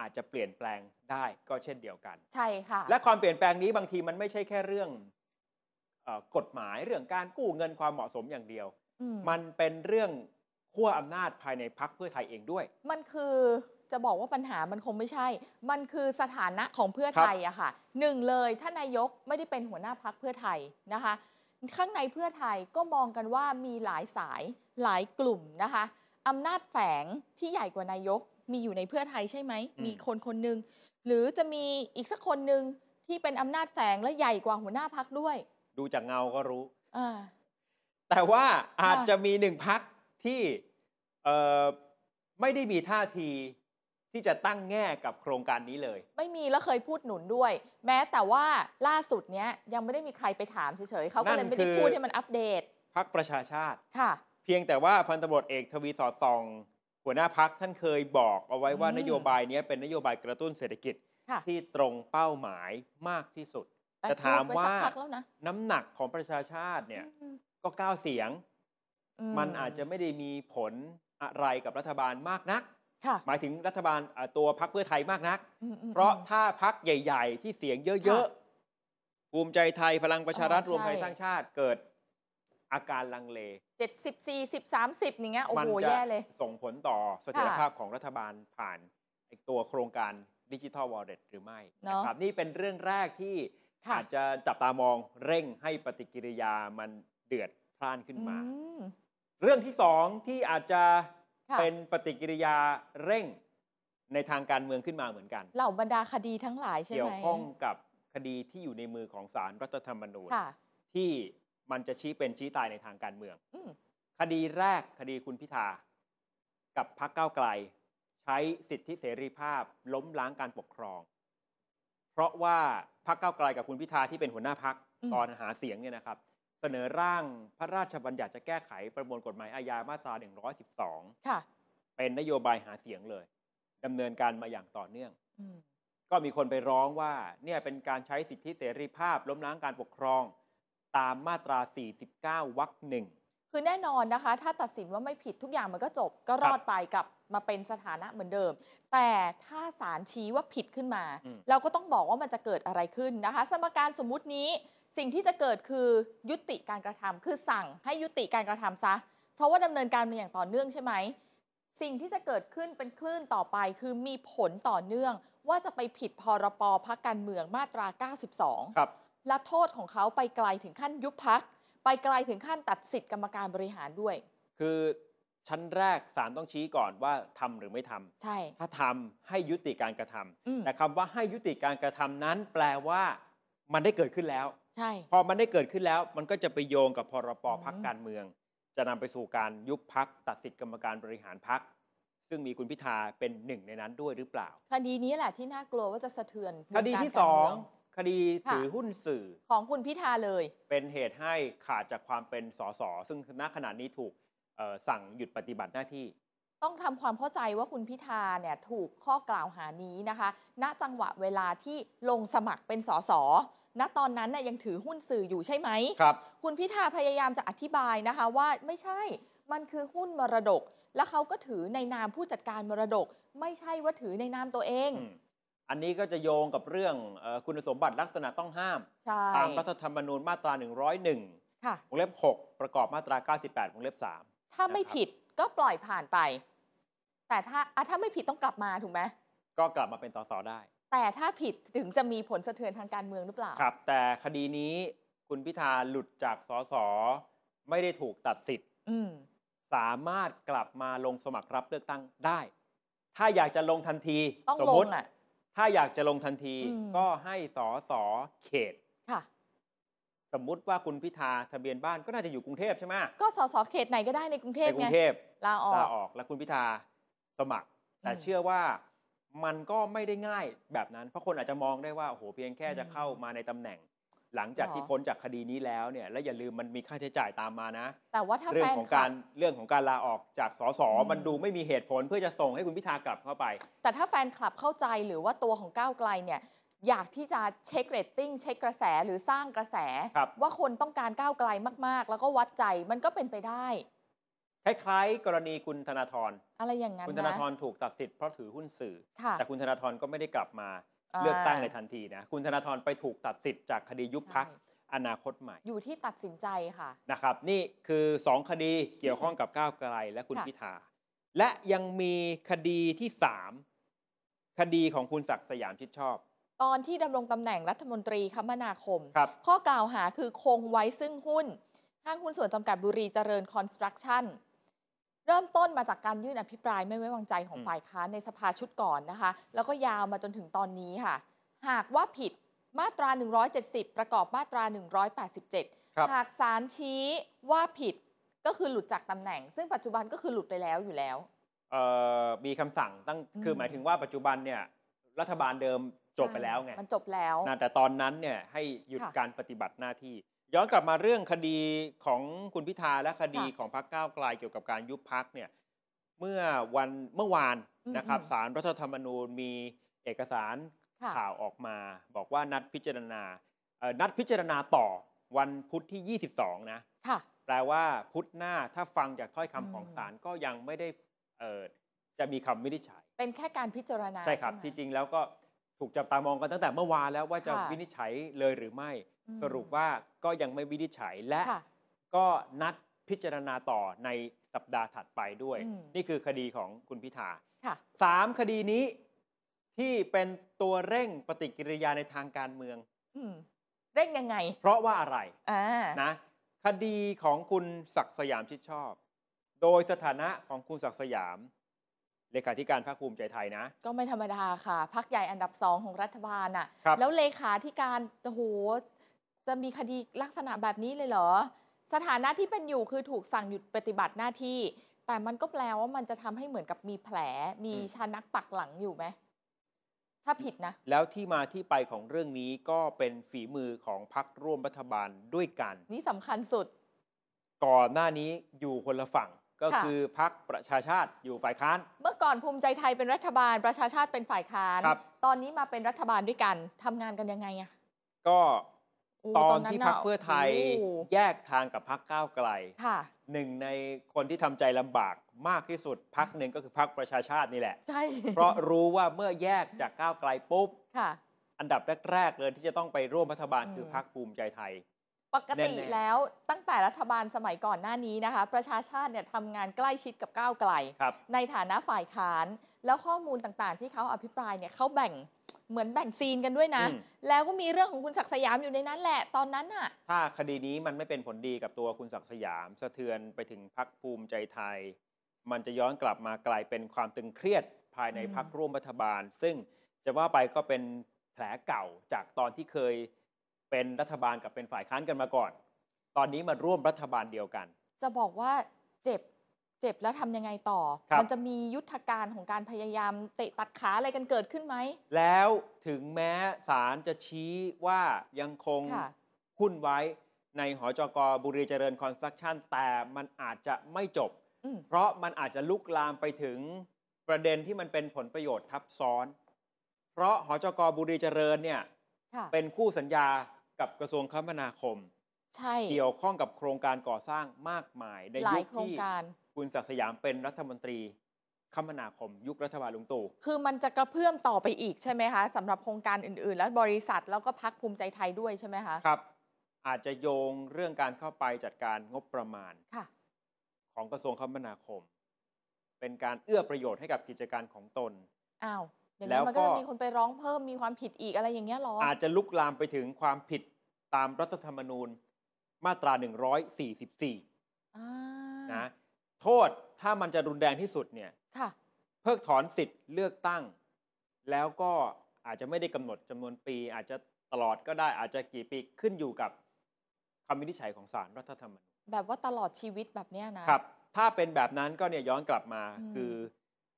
B: อาจจะเปลี่ยนแปลงได้ก็เช่นเดียวกัน
C: ใช่ค่ะ
B: และความเปลี่ยนแปลงนี้บางทีมันไม่ใช่แค่เรื่องเอ่อกฎหมายเรื่องการกู้เงินความเหมาะสมอย่างเดียว
C: อืม
B: มันเป็นเรื่องขั้วอำนาจภายในพักเพื่อไทยเองด้วย
C: มันคือจะบอกว่าปัญหามันคงไม่ใช่ มันคือสถานะของเพื่อไทยอะค่ะหนึ่งเลยท่านนายกไม่ได้เป็นหัวหน้าพักเพื่อไทยนะคะ ข้างในเพื่อไทยก็มองกันว่ามีหลายสายหลายกลุ่มนะคะอำนาจแฝงที่ใหญ่กว่านายกมีอยู่ในเพื่อไทยใช่ไหม
B: อืม
C: มีคนคนหนึ่งหรือจะมีอีกสักคนหนึ่งที่เป็นอำนาจแฝงและใหญ่กว่าหัวหน้าพักด้วย
B: ดูจากเงาก็รู้
C: อ่า
B: แต่ว่าอาจ
C: ค่ะ
B: จะมีหนึ่งพักที่เอ่อไม่ได้มีท่าทีที่จะตั้งแง่กับโครงการนี้เลย
C: ไม่มีแล้วเคยพูดหนุนด้วย แม้แต่ว่าล่าสุดเนี้ยยังไม่ได้มีใครไปถามเฉยๆเขาก็เลยไม่ได้
B: นั่นคือ
C: พูดให้มันอัปเดต
B: พักประชาชาติ
C: ค่ะ
B: เพียงแต่ว่าพันตำรวจเอกทวีสอดส่อง หัวหน้าพักท่านเคยบอกเอาไว้ว่า
C: อืม
B: นโยบายเนี้ยเป็นนโยบายกระตุ้นเศรษฐกิจ
C: ค่ะ
B: ที่ตรงเป้าหมายมากที่สุด
C: แต่
B: จะถามว่า
C: พูดไปสักพักแล้วนะ
B: น้ำหนักของประชาชาติเนี่ย
C: อืม
B: ก็เก้าเสียง
C: อื
B: มันอาจจะไม่ได้มีผลอะไรกับรัฐบาลมากนัก
C: ค่ะ
B: หมายถึงรัฐบาลเอ่อตัวพักเพื่อไทยมากนัก
C: อืมอืม
B: เพราะถ้าพักใหญ่ๆ ที่เสียงเย
C: ค่ะ
B: อะๆ ภูมิใจไทยพลังประชารัฐ
C: อ๋อ
B: รวมไทย
C: ใช่
B: สร้างชาติเกิดอาการลังเล
C: เจ็ดสิบสี่สิบสามสิบอย่างเงี้ยโอ้
B: มั
C: โห
B: จะ
C: แย่เลย
B: ส่งผลต่อเสถียร
C: ค่ะ
B: ภาพของรัฐบาลผ่านไอ้ตัวโครงการดิจิทัลวอลเล็ตหรือไม่
C: เน
B: นะ
C: อะ
B: ครับนี่เป็นเรื่องแรกที่
C: ค่ะ
B: อาจจะจับตามองเร่งให้ปฏิกิริยามันเดือดพล่านขึ้นมา
C: อืม
B: เรื่องที่สองที่อาจจะ
C: ค่ะ
B: เป็นปฏิกิริยาเร่งในทางการเมืองขึ้นมาเหมือนกัน
C: เหล่าบรรดาคดีทั้งหลายใช่ไหม
B: เกี่ยวข้องกับคดีที่อยู่ในมือของสารรัฐธรรมนูญ
C: ค่ะ
B: ที่มันจะชี้เป็นชี้ตายในทางการเมือง
C: อืม
B: คดีแรกคดีคุณพิธา กับพรรคก้าวไกล ใช้สิทธิเสรีภาพล้มล้างการปกครอง เพราะว่าพรรคก้าวไกลกับคุณพิธาที่เป็นหัวหน้าพัก
C: อืม
B: ตอนหาเสียงเนี่ยนะครับ เสนอร่างพระราชบัญญัติจะแก้ไขประมวลกฎหมายอาญามาตรา 112
C: ค่ะ
B: เป็นนโยบายหาเสียงเลยดำเนินการมาอย่างต่อเนื่อง
C: อืม
B: ก็มีคนไปร้องว่าเนี่ยเป็นการใช้สิทธิเสรีภาพ ล้มล้างการปกครอง ตามมาตรา 49 วรรคหนึ่ง
C: คือแน่นอนนะคะ ถ้าตัดสินว่าไม่ผิดทุกอย่างมันก็จบ ก็รอดไปกลับมาเป็นสถานะเหมือนเดิม แต่ถ้าศาลชี้ว่าผิดขึ้นมา
B: อืม
C: เราก็ต้องบอกว่ามันจะเกิดอะไรขึ้นนะคะ สมการสมมุตินี้สิ่งที่จะเกิดคือยุติการกระทำคือสั่งให้ยุติการกระทำซะ เพราะว่าดำเนินการมาอย่างต่อเนื่องใช่ไหม สิ่งที่จะเกิดขึ้นเป็นคลื่นต่อไปคือมีผลต่อเนื่อง ว่าจะไปผิดพรปพักการเมืองมาตรา 92
B: ครับ
C: และโทษของเขาไปไกลถึงขั้นยุบพัก ไปไกลถึงขั้นตัดสิทธิ์กรรมการบริหารด้วย
B: คือชั้นแรกศาลต้องชี้ก่อนว่าทำหรือไม่ทำ
C: ใช่
B: ถ้าทำให้ยุติการกระทำ
C: อืม
B: แต่คำว่าให้ยุติการกระทำนั้น แปลว่ามันได้เกิดขึ้นแล้ว
C: ใช่
B: พอมันได้เกิดขึ้นแล้ว มันก็จะไปโยงกับพรป
C: อืม
B: พักการเมือง จะนำไปสู่การยุบพักตัดสิทธิกรรมการบริหารพัก ซึ่งมีคุณพิธาเป็นหนึ่งในนั้นด้วยหรือเปล่า
C: คดีนี้แหละที่น่ากลัวว่าจะสะเทือน
B: คดี
C: วงการ
B: ที่
C: การ
B: สอ
C: เมื
B: ง
C: ง
B: คดี
C: ค่ะ
B: ถือหุ้นสื่อ
C: ของคุณพิธาเลย
B: เป็นเหตุให้ขาดจากความเป็นสสซึ่งณขณะนี้ถูกเอ่อสั่งหยุดปฏิบัติหน้าที่
C: ต้องทำความเข้าใจว่าคุณพิธาเนี่ยถูกข้อกล่าวหานี้นะคะ ณจังหวะเวลาที่ลงสมัครเป็นสสณตอนนั้นน่ยยังถือหุ้นสื่ออยู่ใช่ไหม
B: ครับ
C: คุณพิธาพยายามจะอธิบายนะคะว่าไม่ใช่ มันคือหุ้นมรดก และเขาก็ถือในนามผู้จัดการมรดก ไม่ใช่ว่าถือในนามตัวเอง
B: อืมอันนี้ก็จะโยงกับเรื่องเออคุณสมบัติลักษณะต้องห้าม
C: ใช่
B: ตามรัฐธรรมนูญมาตรา 101
C: ค่ะ
B: วงเล็บ 6 ประกอบมาตรา 98 วงเล็บ
C: ถ้าไม่
B: นะครับ
C: ผิดก็ปล่อยผ่านไป แต่ถ้าอ่ะถ้าไม่ผิดต้องกลับมาถูกไหม
B: 3 ก็กลับมาเป็นสสได้
C: แต่ถ้าผิดถึงจะมีผลสะเทือนทางการเมืองหรือเปล่า
B: ครับ แต่คดีนี้คุณพิธาหลุดจากสสไม่ได้ถูกตัดสิทธิ์
C: อืม
B: สามารถกลับมาลงสมัครรับเลือกตั้งได้ ถ้าอยากจะลงทันที
C: ต้อง
B: สม
C: ล
B: ม
C: ง
B: ติ
C: อ่ะ
B: ถ้าอยากจะลงทันที
C: อืม
B: ก็ให้สสเขต
C: ค่ะ
B: สมมุติว่าคุณพิธาทะเบียนบ้านก็น่าจะอยู่กรุงเทพใช่ไหม
C: ก็สสเขตไหนก็ได้ในกรุงเทพ
B: ในกรุ
C: ไง
B: งเทพ
C: ลาออ
B: ลาก ออกและคุณพิธาสมัคร แต่
C: อืม
B: เชื่อว่ามันก็ไม่ได้ง่ายแบบนั้น เพราะคนอาจจะมองได้ว่าโอ้โหเพียงแค่จะเข้ามาในตำแหน่ง หลังจาก
C: หรอ
B: ที่พ้นจากคดีนี้แล้วเนี่ยและอย่าลืมมันมีค่าใช้จ่ายตามมานะ
C: แต่ว่าถ้า
B: เรื่
C: แฟน
B: ของ
C: คลั
B: กา
C: บ
B: รเรื่องของการลาออกจากสส
C: อืม
B: มันดูไม่มีเหตุผลเพื่อจะส่งให้คุณพิธากลับเข้าไป
C: แต่ถ้าแฟนคลับเข้าใจหรือว่าตัวของก้าวไกลเนี่ย อยากที่จะเช็คเรตติ้งเช็คกระแสหรือสร้างกระแส
B: ครับ
C: ว่าคนต้องการก้าวไกลมากๆ แล้วก็วัดใจมันก็เป็นไปได้
B: คล้ายๆ กรณีคุณธนาธร
C: อะไรอย่างนั้น
B: คุณธนา
C: นะ
B: ธรถูกตัดสิทธิ์เพราะถือหุ้นสื่อ
C: ค่ะ
B: แต่คุณธนาธรก็ไม่ได้กลับมาเลือกตั้งใน
C: อ่า
B: ทันทีนะคุณธนาธรไปถูกตัดสิทธิ์จากคดียุบพัก
C: ใช่
B: อนาคตใหม่
C: อยู่ที่ตัดสินใจค่ะ
B: นะครับนี่คือ 2 คดีเกี่ยวข้องกับก้าวไกลและคุณ
C: ค่ะ
B: พิธา และยังมีคดีที่ 3 คดีของคุณศักดิ์สยามชิดชอบ
C: ตอนที่ดำรงตำแหน่งรัฐมนตรีคมนาคม
B: ครับ
C: ข้อกล่าวหาคือคงไว้ซึ่งหุ้น ห้างหุ้นส่วนจำกัดบุรีเจริญคอนสตรักชั่น เริ่มต้นมาจากการยื่นอภิปรายไม่ไว้วางใจของ
B: อืม
C: ฝ่ายค้านในสภาชุดก่อนนะคะ แล้วก็ยาวมาจนถึงตอนนี้ค่ะ หากว่าผิดมาตรา 170 ประกอบมาตรา 187 หากศาลชี้ว่าผิดก็คือหลุดจากตำแหน่ง ซึ่งปัจจุบันก็คือหลุดไปแล้วอยู่แล้ว
B: เอ่อมีคำสั่งตั้ง
C: อืม
B: คือหมายถึงว่าปัจจุบันเนี่ยรัฐบาลเดิมจบไปแล้วไง
C: มันจบแล้ว
B: นะแต่ตอนนั้นเนี่ยให้หยุด
C: ค่ะ
B: การปฏิบัติหน้าที่ ย้อนกลับมาเรื่องคดีของคุณพิธาและคดี
C: ค่ะ
B: ของพรรคก้าวไกลเกี่ยวกับการยุบพักเนี่ยเมื่อวันเมื่อวาน
C: อืม
B: นะครับ
C: อืม
B: สารรัฐธรรมนูญมีเอกสาร
C: ค่ะ
B: ข่าวออกมาบอกว่านัดพิจารณาเอ่อนัดพิจารณาต่อวันพุธที่ 22 นะ
C: ค่ะ
B: แปลว่าพุธหน้าถ้าฟังจากถ้อยคำ
C: อืม
B: ของศาลก็ยังไม่ได้เอ่อจะมีคำวินิจฉัย
C: เป็นแค่การพิจารณา
B: ใช่ครับ
C: ไหม
B: ที่จริงแล้วก็ถูกจับตามองกันตั้งแต่เมื่อวานแล้วว่าจะ
C: ค่ะ
B: วินิจฉัยเลยหรือไม่
C: อืม
B: สรุปว่าก็ยังไม่วินิจฉัยและ
C: ค่ะ
B: ก็นัดพิจารณาต่อในสัปดาห์ถัดไปด้วย
C: อืม
B: นี่คือคดีของคุณพิธา
C: ค่ะ
B: สามคดีนี้ที่เป็นตัวเร่งปฏิกิริยาในทางการเมือง
C: อืม เร่งยังไง
B: เพราะว่าอะไร
C: อ่า
B: นะคดีของคุณศักดิ์สยามชิดชอบ โดยสถานะของคุณศักดิ์สยาม เลขาธิการพรรคภูมิใจไทยนะ
C: ก็ไม่ธรรมดาค่ะ พักใหญ่อันดับสองของรัฐบาลอ่ะ
B: ครับ
C: แล้วเลขาธิการโอ้โหจะมีคดีลักษณะแบบนี้เลยเหรอ สถานะที่เป็นอยู่คือถูกสั่งหยุดปฏิบัติหน้าที่ แต่มันก็แปลว่ามันจะทำให้เหมือนกับมีแผล มี
B: อืม
C: ชานักปักหลังอยู่ไหม ถ้าผิดนะ
B: แล้วที่มาที่ไปของเรื่องนี้ก็เป็นฝีมือของพรรคร่วมรัฐบาลด้วยกัน
C: นี่สำคัญสุด
B: ก่อนหน้านี้อยู่คนละฝั่งก็
C: ค่ะ
B: คือพรรคประชาชาติอยู่ฝ่ายค้าน
C: เมื่อก่อนภูมิใจไทยเป็นรัฐบาล ประชาชาติเป็นฝ่ายค้าน
B: ครับ
C: ตอนนี้มาเป็นรัฐบาลด้วยกันทำงานกันยังไงอะ
B: ก็
C: โอ้
B: ตอนที่พรรค
C: นะ
B: เพื่อไทย
C: โอ้โห
B: แยกทางกับพรรคก้าวไกล
C: ค่ะ
B: หนึ่งในคนที่ทำใจลำบากมากที่สุดพักหนึ่งก็คือพักประชาชาตินี่แหละ
C: ใช่
B: เพราะรู้ว่าเมื่อแยกจากก้าวไกลปุ๊บ
C: ค่ะ
B: อันดับแรก ๆ เลยที่จะต้องไปร่วมรัฐบาล
C: อืม
B: คือพักภูมิใจไทย
C: ปกติ
B: แน่ๆ
C: แล้วตั้งแต่รัฐบาลสมัยก่อนหน้านี้นะคะ ประชาชาติเนี่ยทำงานใกล้ชิดกับก้าวไกล
B: ครับ
C: ในฐานะฝ่ายค้าน แล้วข้อมูลต่างๆ ที่เขาอภิปรายเนี่ยเขาแบ่งเหมือนแบ่งซีนกันด้วยนะ
B: อืม
C: แล้วก็มีเรื่องของคุณศักดิ์สยามอยู่ในนั้นแหละตอนนั้นน่ะ
B: ถ้าคดีนี้มันไม่เป็นผลดีกับตัวคุณศักดิ์สยาม สะเทือนไปถึงพักภูมิใจไทย มันจะย้อนกลับมากลายเป็นความตึงเครียดภายใน
C: อืม
B: พักร่วมรัฐบาล ซึ่งจะว่าไปก็เป็นแผลเก่าจากตอนที่เคยเป็นรัฐบาลกับเป็นฝ่ายค้านกันมาก่อน ตอนนี้มาร่วมรัฐบาลเดียวกัน
C: จะบอกว่าเจ็บเจ็บแล้วทำยังไงต่อ
B: ครับ
C: มัจะมียุทธการของการพยายามเตะตัดขาอะไรกันเกิดขึ้นไหม
B: แล้วถึงแม้ศาลจะชี้ว่ายังคง
C: ค่ะ
B: หุ้นไว้ในหอจกบุรีเจริญคอนสตรักชั่น แต่มันอาจจะไม่จบ
C: อืม
B: เพราะมันอาจจะลุกลามไปถึงประเด็นที่มันเป็นผลประโยชน์ทับซ้อน เพราะหอจกบุรีเจริญเนี่ย
C: ค่ะ
B: เป็นคู่สัญญากับกระทรวงคมนาคม
C: ใช่
B: เกี่ยวข้องกับโครงการก่อสร้างมากมายใน
C: หลา
B: ยุ
C: ย
B: ค
C: โครง
B: ที่
C: การ
B: คุณศักดิ์สยามเป็นรัฐมนตรีคมนาคม ยุครัฐบาลลุงตู่
C: คือมันจะกระเพื่อมต่อไปอีกใช่ไหมคะสำหรับโครงการอื่นๆ แล้วบริษัทแล้วก็พักภูมิใจไทยด้วยใช่ไหมคะ
B: ครับอาจจะโยงเรื่องการเข้าไปจัดการงบประมาณ
C: ค่ะ
B: ของกระทรวงคมนาคม เป็นการเอื้อประโยชน์ให้กับกิจการของตน
C: อ้าว อย่าง
B: แล้
C: นั้
B: วน
C: มันก็
B: ก็
C: จะมีคนไปร้องเพิ่มมีความผิดอีกอะไรอย่างเงี้ยเหรอ
B: อาจจะลุกลามไปถึงความผิดตามรัฐธรรมนูญมาตรา 144
C: อ่า
B: นะโทษถ้ามันจะรุนแรงที่สุดเนี่ย
C: ค่ะ
B: เพิกถอนสิทธิ์เลือกตั้ง แล้วก็อาจจะไม่ได้กำหนดจำนวนปี อาจจะตลอดก็ได้อาจจะกี่ปีขึ้นอยู่กับคำวินิจฉัยของศาลรัฐธรรมนูญ
C: แบบว่าตลอดชีวิตแบบเนี้ยนะ
B: ครับ ถ้าเป็นแบบนั้นก็เนี่ยย้อนกลับมา
C: อืม
B: คือ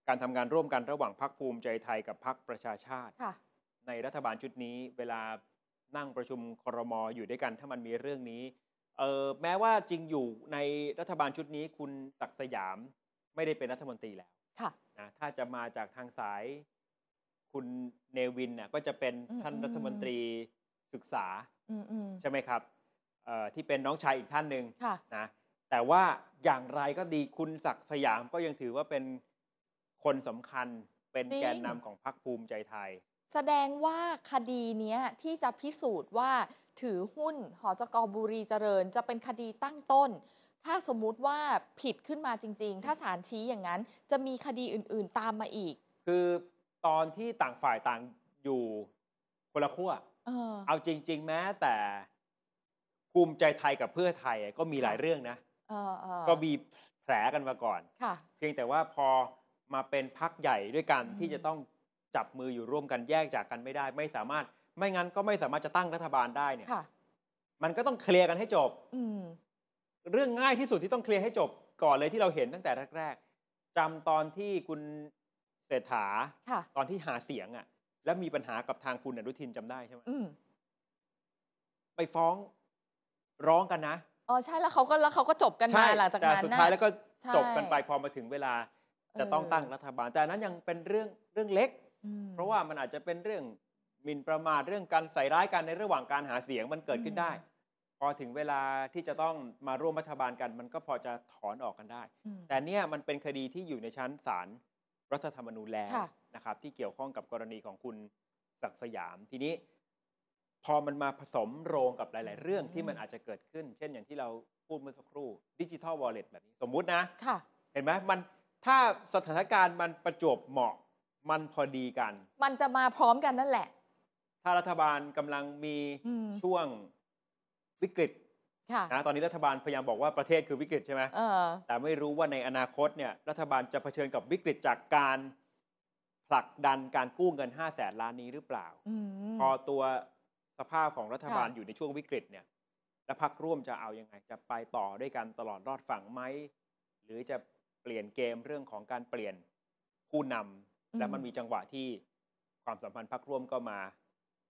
B: การทำงานร่วมกันระหว่างพักภูมิใจไทยกับพักประชาชาติ
C: ค่ะ
B: ในรัฐบาลชุดนี้ เวลานั่งประชุมครมอยู่ด้วยกันถ้ามันมีเรื่องนี้เออแม้ว่าจริงอยู่ในรัฐบาลชุดนี้คุณศักดิ์สยามไม่ได้เป็นรัฐมนตรีแล้ว
C: ค่ะ
B: นะถ้าจะมาจากทางสาย คุณเนวินน่ะก็จะเป็น
C: อืม
B: ท่าน
C: อืม
B: รัฐมนตรีศึกษา
C: อืมอืม
B: ใช่ไหมครับเอ่อที่เป็นน้องชายอีกท่านหนึ่ง
C: ค่ะ
B: นะแต่ว่าอย่างไรก็ดีคุณศักดิ์สยามก็ยังถือว่าเป็นคนสำคัญเป็น
C: จริง
B: แกนนำของพรรคภูมิใจไทย
C: แสดงว่าคดีเนี้ยที่จะพิสูจน์ว่าถือหุ้นหอจกบุรีเจริญ จะเป็นคดีตั้งต้น ถ้าสมมุติว่าผิดขึ้นมาจริง ๆ ถ้าศาลชี้อย่างนั้น จะมีคดีอื่นๆตามมาอีก
B: คือตอนที่ต่างฝ่ายต่างอยู่คนละขั้ว
C: เออ
B: เอาจริง ๆ แม้แต่ภูมิใจไทยกับเพื่อไทยก็มีหลายเรื่องนะ
C: เออเออ
B: ก็มีแผลกันมาก่อน
C: ค่ะ
B: เพียงแต่ว่าพอมาเป็นพักใหญ่ด้วยกัน
C: อืม
B: ที่จะต้องจับมืออยู่ร่วมกันแยกจากกันไม่ได้ ไม่สามารถไม่งั้นก็ไม่สามารถจะตั้งรัฐบาลได้เนี่ย
C: ค่ะ
B: มันก็ต้องเคลียร์กันให้จบ
C: อืม
B: เรื่องง่ายที่สุดที่ต้องเคลียร์ให้จบก่อนเลยที่เราเห็นตั้งแต่แรก ๆจำตอนที่คุณเศรษฐา
C: ค่ะ
B: ตอนที่หาเสียงอะ่ะ แล้วมีปัญหากับทางคุณอนุทินจำได้ใช่ไหม
C: อืม
B: ไปฟ้องร้องกันนะ
C: อ๋อใช่แล้วเขาก็แล้วเขาก็จบกันมาหลังจาก
B: แต่
C: นั้น
B: สุด
C: นะ
B: ท้ายแล้วก็
C: ใช่
B: จบกันไปพอมาถึงเวลาจะต้อง
C: เออ
B: ตั้งรัฐบาล แต่อันนั้นยังเป็นเรื่องเรื่องเล็ก
C: อืม
B: เพราะว่ามันอาจจะเป็นเรื่องหมิ่นประมาทเรื่องการใส่ร้ายกันในระหว่างการหาเสียงมันเกิดขึ้นได้
C: อื
B: พอถึงเวลาที่จะต้องมาร่วมรัฐบาลกัน มันก็พอจะถอนออกกันได้
C: อืม
B: แต่เนี่ยมันเป็นคดีที่อยู่ในชั้นศาลรัฐธรรมนูญแล้ว
C: ค่ะ
B: นะครับ ที่เกี่ยวข้องกับกรณีของคุณศักดิ์สยาม ทีนี้ พอมันมาผสมโรงกับหลาย ๆ เรื่องที่มันอาจจะเกิดขึ้น เช่นอย่างที่เราพูดเมื่อสักครู่ดิจิทัลวอลเล็ตแบบนี้ สมมุตินะ
C: ค่ะ
B: เห็นไหมมันถ้าสถานการณ์มันประจวบเหมาะ มันพอดีกัน
C: มันจะมาพร้อมกันนั่นแหละ
B: ถ้ารัฐบาลกำลังมี
C: อืม
B: ช่วงวิกฤต
C: ค่ะ
B: นะตอนนี้รัฐบาลพยายามบอกว่าประเทศคือวิกฤตใช่ไหม
C: เออ
B: แต่ไม่รู้ว่าในอนาคตเนี่ยรัฐบาลจะเผชิญกับวิกฤตจากการผลักดันการกู้เงิน 5 0 0แสนล้านนี้หรือเปล่า
C: อืม
B: พอตัวสภาพของรัฐบาล
C: ค่ะ
B: อยู่ในช่วงวิกฤตเนี่ย แล้วพักร่วมจะเอาอยัางไง จะไปต่อด้วยกันตลอดรอดฝั่งไหม หรือจะเปลี่ยนเกมเรื่องของการเปลี่ยนผู้นำและมันมีจังหวะที่ความสัมพันธ์พักร่วมก็มา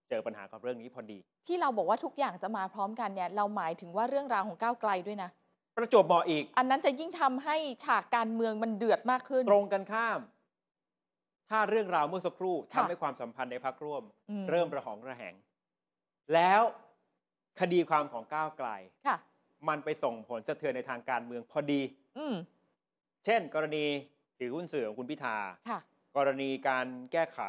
B: เจอปัญหากับเรื่องนี้พอดี
C: ที่เราบอกว่าทุกอย่างจะมาพร้อมกันเนี่ย เราหมายถึงว่าเรื่องราวของก้าวไกลด้วยนะ
B: ประจวบเหมาะอีก
C: อันนั้นจะยิ่งทำให้ฉากการเมืองมันเดือดมากขึ้น
B: ตรงกันข้าม ถ้าเรื่องราวเมื่อสักครู่ทำ
C: ค่ะ
B: ให้ความสัมพันธ์ในพักร่วม
C: อื
B: เริ่มระหองระแหง แล้วคดีความของก้าวไกล
C: ค่ะ
B: มันไปส่งผลสะเทือนในทางการเมืองพอดี
C: อืม
B: เช่น กรณีถือหุ้นสื่อของคุณพิธา
C: ค่ะ
B: กรณีการแก้ไข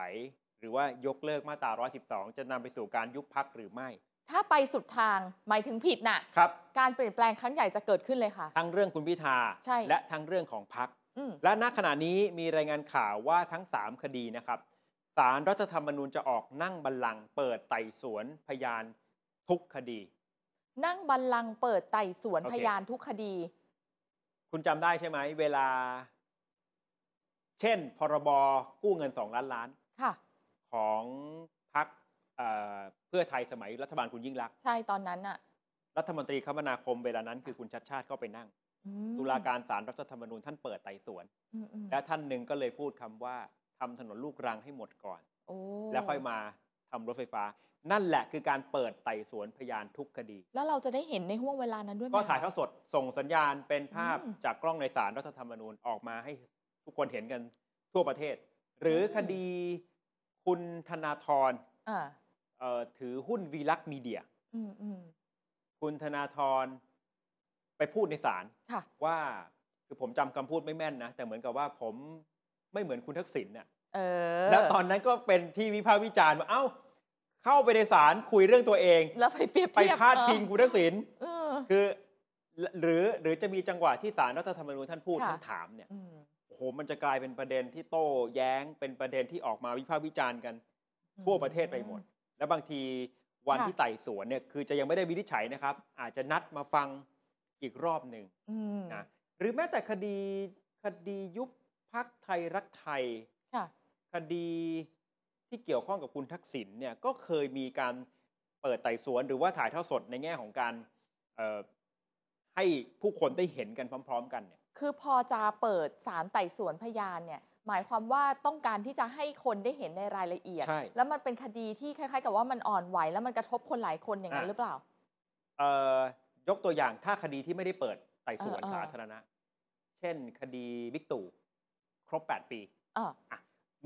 B: หรือว่ายกเลิกมาตรา 112 จะนำไปสู่การยุบพักหรือไม่
C: ถ้าไปสุดทางหมายถึงผิดน่ะ
B: ครับ
C: การเปลี่ยนแปลงครั้งใหญ่จะเกิดขึ้นเลยค่ะ
B: ทั้งเรื่องคุณพิธา
C: ใช่
B: และทั้งเรื่องของพัก
C: อืม
B: และณขณะนี้มีรายงานข่าวว่าทั้ง 3 คดีนะครับสารรัฐธรรมนูญจะออกนั่งบัลลังก์เปิดไต่สวนพยานทุกคดี
C: นั่งบัลลังก์เปิดไต่สวน
B: โอเค
C: พยานทุกคดี
B: คุณจำได้ใช่ไหมเวลา เช่น พรบกู้เงิน 2 ล้านล้าน
C: ค่ะ
B: ของพักเพื่อไทยสมัยรัฐบาลคุณยิ่งรักษณ์
C: ใช่ตอนนั้นน่ะ
B: รัฐมนตรีคมนาคมเวลานั้นคือคุณชัดชาติเข้าไปนั่ง
C: อืม
B: ตุลาการศาลรัฐธรรมนูญท่านเปิดไต่สวน
C: อืมอืม
B: และท่านหนึ่งก็เลยพูดคำว่าทำถนนลูกรังให้หมดก่อน
C: โอ้
B: แล้วค่อยมาทำรถไฟฟ้า นั่นแหละคือการเปิดไต่สวนพยานทุกคดี
C: แล้วเราจะได้เห็นในห่วงเวลานั้นด้วยไหม
B: ก็ถ่าย
C: คะ
B: ทอดสดส่งสัญญาณเป็นภาพ
C: อืม
B: จากกล้องในศาลรัฐธรรมนูญออกมาให้ทุกคนเห็นกันทั่วประเทศ หรืออ
C: ม
B: คดีคุณธนาธร
C: อ่า
B: เอ่อถือหุ้นวีลักษณ์มีเดีย
C: อืมอืม
B: คุณธนาธรไปพูดในศาล
C: ค่ะ
B: ว่าคือผมจำคำพูดไม่แม่นนะ แต่เหมือนกับว่าผมไม่เหมือนคุณทักษิณน่ะ
C: เออ
B: แล้วตอนนั้นก็เป็นที่วิพากษ์วิจารณ์ว่าเอ้า เข้าไปในศาลคุยเรื่องตัวเอง
C: แล้วไปเปรียบ
B: ไป
C: เทียบ
B: พาดพิงคุณทักษิณ
C: เออ
B: คือหรือหรือจะมีจังหวะที่ศาลรัฐธรรมนูญท่านพูด
C: ค่ะ
B: ท่านถามเนี่ย
C: อืม
B: โอ้โหมันจะกลายเป็นประเด็นที่โต้แย้งเป็นประเด็นที่ออกมาวิพากษ์วิจารณ์กัน ทั่วประเทศไปหมด และบางทีวัน
C: ค่ะ
B: ที่ไต่สวนเนี่ยคือจะยังไม่ได้วินิจฉัยนะครับ อาจจะนัดมาฟังอีกรอบหนึ่ง
C: อืม
B: นะหรือแม้แต่คดีคดียุบพักไทยรักไทย
C: ค่ะ
B: คดีที่เกี่ยวข้องกับคุณทักษิณเนี่ยก็เคยมีการเปิดไต่สวน หรือว่าถ่ายทอดสดในแง่ของการเอ่อให้ผู้คนได้เห็นกันพร้อม ๆ กันเนี่ย
C: คือพอจะเปิดสารไต่สวนพยานเนี่ย หมายความว่าต้องการที่จะให้คนได้เห็นในรายละเอียด
B: ใช่
C: แล้วมันเป็นคดีที่คล้ายๆ กับว่ามันอ่อนไหว แล้วมันกระทบคนหลายคนอย่างนั้น
B: อ่ะ
C: หรือเปล่า
B: เอ่อยกตัวอย่างถ้าคดีที่ไม่ได้เปิดไต่สวน
C: เออเออ
B: สาธารณะ เช่น คดีบิ๊กตู่ครบ 8 ปี
C: เออ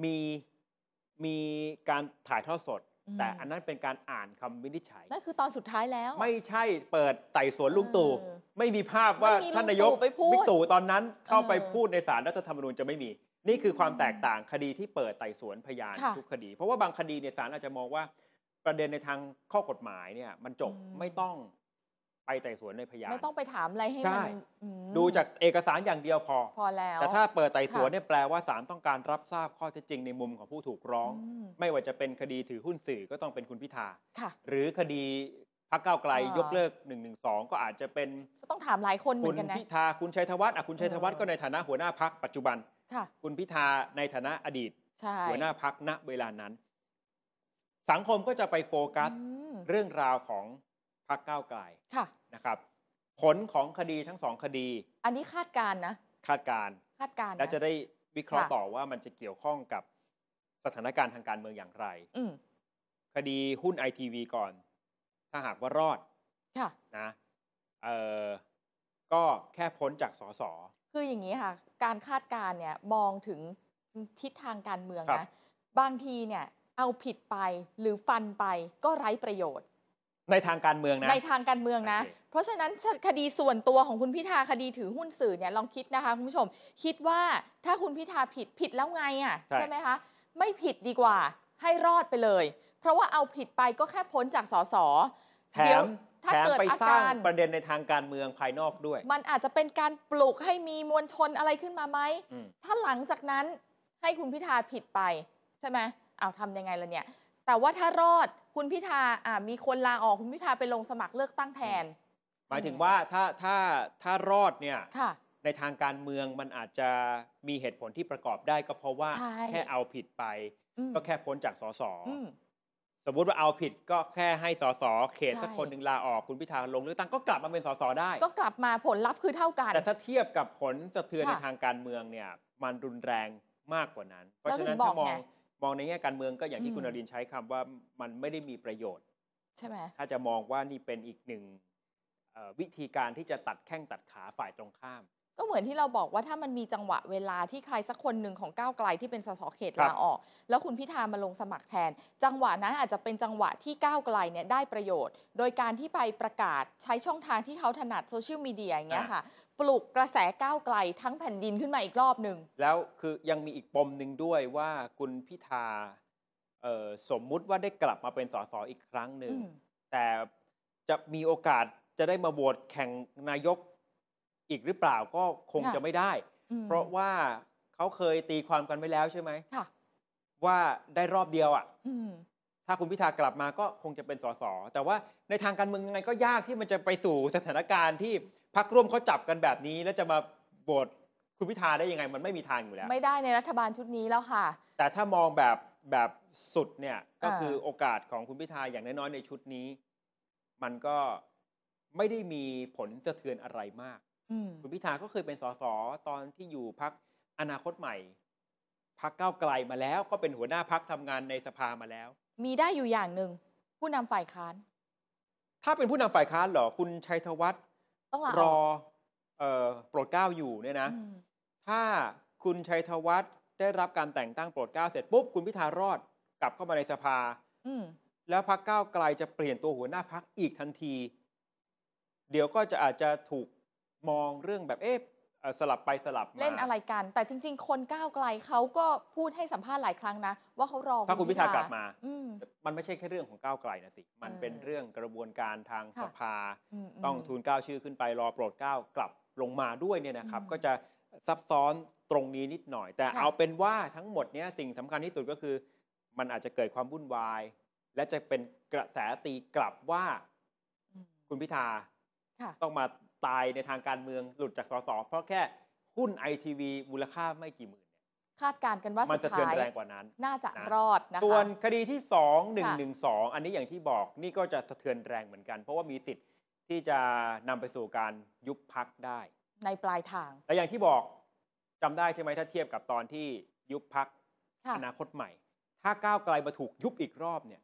B: มีมีการถ่ายทอดสด
C: ม
B: แต่อันนั้นเป็นการอ่านคำวินิจฉัย
C: นั่นคือตอนสุดท้ายแล้ว
B: ไม่ใช่เปิดไต่สวนลุงตู่
C: เออ
B: ไม่มีภาพว่า
C: ไม่มี
B: ท่านนายก
C: ลุงตู่ไปพูด
B: บิ๊กตู่ตอนนั้นเข้าไป
C: เออ
B: พูดในสารรัฐธรรมนูญจะไม่มี นี่คือความแตกต่างคดีที่เปิดไต่สวนพยาน
C: ค่ะ
B: ทุกคดี เพราะว่าบางคดีในยศาลอาจจะมองว่า ประเด็นในทางข้อกฎหมายเนี่ย มันจบ
C: อืม
B: ไม่ต้องไปไต่สวนในพยาน
C: ไม่ต้องไปถามอะไรให้
B: ใช่
C: มันอืม
B: ดูจากเอกสารอย่างเดียวพอ
C: พอแล้ว
B: แต่ถ้าเปิดไต่สวนเนี่ยแปลว่าศาลต้องการรับทราบข้อเท็จจริงในมุมของผู้ถูกร้อง
C: อืม
B: ไม่ว่าจะเป็นคดีถือหุ้นสื่อก็ต้องเป็นคุณพิธา
C: ค่ะ
B: หรือคดีพักเก้าวไกล
C: อ่าย
B: ยกเลิก1นึก็อาจจะเป็น
C: ก็ต้องถามหลายคนเหมื
B: คุ
C: อ
B: ณ
C: นกันนะ
B: พิธาคุณชัยธวัฒน์อ่ะคุณชัยธวัฒน์
C: เออ
B: ก็ในฐานะหัวหน้าพักปัจจุบัน
C: ค่ะ
B: คุณพิธาในฐานะอดีต
C: ใช่
B: หัวหน้าพักณเวลานั้น สังคมก็จะไปโฟกัส
C: อืม
B: เรื่องราวของพักก้าวไกล
C: ค่ะ
B: นะครับ ผลของคดีทั้งสองคดี
C: อันนี้คาดการณ์นะ
B: คาดการณ์
C: คาดการณ์น
B: และจะได้วิเคราะห์
C: ค่ะ
B: ต่อว่ามันจะเกี่ยวข้องกับสถานการณ์ทางการเมืองอย่างไร
C: อืม
B: คดีหุ้นไอทีวีก่อน ถ้าหากว่ารอด
C: ค่ะ
B: นะเออก็แค่พ้นจากสส
C: คืออย่างนี้ค่ะ การคาดการณ์เนี่ยมองถึงทิศทางการเมือง
B: ครับ
C: นะ บางทีเนี่ยเอาผิดไปหรือฟันไปก็ไร้ประโยชน์
B: ในทางการเมืองนะ
C: ในทางการเมืองนะ
B: โอเค
C: เพราะฉะนั้นคดีส่วนตัวของคุณพิธาคดีถือหุ้นสื่อเนี่ยลองคิดนะคะคุณผู้ชม คิดว่าถ้าคุณพิธาผิดผิดแล้วไงอะ่ะ
B: ใช่
C: ไหมคะไม่ผิดดีกว่าให้รอดไปเลย เพราะว่าเอาผิดไปก็แค่พ้นจากสส
B: แถ
C: เดี๋ยว
B: ม
C: ถ้า
B: แถม
C: เกิด
B: ไป
C: อา
B: สร้าง
C: การ
B: ประเด็นในทางการเมืองภายนอกด้วย
C: มันอาจจะเป็นการปลุกให้มีมวลชนอะไรขึ้นมาไหม
B: อืม
C: ถ้าหลังจากนั้นให้คุณพิธาผิดไป ใช่ไหมเอาวทำยังไงล่ะเนี่ย แต่ว่าถ้ารอด คุณพิธาอ่ามีคนลาออกคุณพิธาไปลงสมัครเลือกตั้งแทน
B: หมายถึงว่าถ้าถ้าถ้ารอดเนี่ย
C: ค่ะ
B: ในทางการเมืองมันอาจจะมีเหตุผลที่ประกอบได้ก็เพราะว่า
C: ใช่
B: แค่เอาผิดไป
C: อืม
B: ก็แค่พ้นจากสส
C: อืม
B: สมมุติว่าเอาผิดก็แค่ให้สสเขต
C: ใช่
B: สักคนหนึ่งลาออกคุณพิธาลงเลือกตั้งก็กลับมาเป็นสสได้
C: ก็กลับมาผลลัพธ์คือเท่ากัน
B: แต่ถ้าเทียบกับผลสะเทือน
C: ค่ะ
B: ในทางการเมืองเนี่ยมันรุนแรงมากกว่านั้น เพราะ
C: แล้ว
B: ฉะนั้น
C: ถึงบอ
B: ถ้า
C: ก
B: มอง
C: ไง
B: มองในแง่การเมืองก็อย่างที่
C: อืม
B: คุณอรินทร์ใช้คำว่ามันไม่ได้มีประโยชน์
C: ใช่ไหม
B: ถ้าจะมองว่านี่เป็นอีกหนึ่งเอ่อวิธีการที่จะตัดแข้งตัดขาฝ่ายตรงข้าม
C: ก็เหมือนที่เราบอกว่าถ้ามันมีจังหวะเวลาที่ใครสักคนหนึ่งของก้าวไกลที่เป็นสสเขต
B: ครับ
C: ลาออก แล้วคุณพิธามาลงสมัครแทน จังหวะนั้นอาจจะเป็นจังหวะที่ก้าวไกลเนี่ยได้ประโยชน์ โดยการที่ไปประกาศใช้ช่องทางที่เขาถนัดโซเชียลมีเดียอย่างเงี้ยค่ะ ปลุกกระแสก้าวไกลทั้งแผ่นดินขึ้นมาอีกรอบหนึ่ง
B: แล้วคือยังมีอีกปมหนึ่งด้วยว่าคุณพิธาเอ่อสมมุติว่าได้กลับมาเป็นสสอีกครั้งหนึ่ง
C: อืม
B: แต่จะมีโอกาสจะได้มาโหวตแข่งนายกอีกหรือเปล่าก็คง
C: ค่ะ
B: จะไม่ได้
C: อืม
B: เพราะว่าเขาเคยตีความกันไว้แล้วใช่ไหม
C: ค่ะ
B: ว่าได้รอบเดียวอ่ะ
C: อืม
B: ถ้าคุณพิธากลับมาก็คงจะเป็นสสแต่ว่าในทางการเมืองยังไงก็ยากที่มันจะไปสู่สถานการณ์ที่พักร่วมเขาจับกันแบบนี้ แล้วจะมาโหวตคุณพิธาได้ยังไง มันไม่มีทางอยู่แล้ว
C: ไม่ได้ในรัฐบาลชุดนี้แล้วค่ะ
B: แต่ถ้ามองแบบแบบสุดเนี่ยก็
C: อ่า
B: คือโอกาสของคุณพิธาอย่างน้อยๆในชุดนี้ มันก็ไม่ได้มีผลสะเทือนอะไรมาก
C: อืม
B: คุณพิธาก็เคยเป็นสสตอนที่อยู่พักอนาคตใหม่พักก้าวไกลมาแล้ว ก็เป็นหัวหน้าพักทำงานในสภามาแล้ว
C: มีได้อยู่อย่างหนึ่งผู้นำฝ่ายค้าน
B: ถ้าเป็นผู้นำฝ่ายค้านเหรอ คุณชัยธวัฒน์
C: ต้องลาร อ
B: อ
C: อก
B: เอ่อโปรดเกล้าอยู่เนี่ยนะ
C: อืม
B: ถ้าคุณชัยธวัฒน์ได้รับการแต่งตั้งโปรดเกล้าเสร็จปุ๊บคุณพิธารอดกลับเข้ามาในสภา
C: อืม
B: แล้วพักก้าวไกลจะเปลี่ยนตัวหัวหน้าพักอีกทันที เดี๋ยวก็จะอาจจะถูกมองเรื่องแบบเอ๊ะเอ่อสลับไปสลับมา
C: เล่นอะไรกัน แต่จริง ๆ คนก้าวไกลเขาก็พูดให้สัมภาษณ์หลายครั้งนะ ว่าเขารอ
B: ถ้าคุณพิธากลับมา
C: อืม
B: มันไม่ใช่แค่เรื่องของก้าวไกลนะสิ มัน
C: เออ
B: เป็นเรื่องกระบวนการทาง
C: ค่ะ
B: สภา
C: มม
B: ต้องทูลเกล้าชื่อขึ้นไปรอโปรดเกล้ากลับลงมาด้วยเนี่ยนะครับ
C: อืม
B: ก็จะซับซ้อนตรงนี้นิดหน่อย แต่
C: ค่ะ
B: เอาเป็นว่าทั้งหมดเนี่ยสิ่งสำคัญที่สุดก็คือ มันอาจจะเกิดความวุ่นวาย และจะเป็นกระแสตีกลับว่า
C: อืม
B: คุณพิธา
C: ค่ะ
B: ต้องมาตายในทางการเมืองหลุดจากสสเพราะแค่หุ้นไอทีวีมูลค่าไม่กี่หมื่นเนี่ย
C: คาดการณ์กันว่า
B: มั
C: สุ
B: น
C: ด
B: สะเทือน
C: ท้าย
B: แรงกว่านั้น
C: น่าจะ
B: นะ
C: รอดนะคะ
B: ส่วนคดีที่ 2 1 1 2 อันนี้อย่างที่บอกนี่ก็จะสะเทือนแรงเหมือนกัน เพราะว่ามีสิทธิ์ที่จะนำไปสู่การยุบพักได้
C: ในปลายทาง
B: แต่อย่างที่บอกจำได้ใช่ไหมถ้าเทียบกับตอนที่ยุบพัก
C: ค่ะ
B: อนาคตใหม่ ถ้าก้าวไกลมาถูกยุบอีกรอบเนี่ย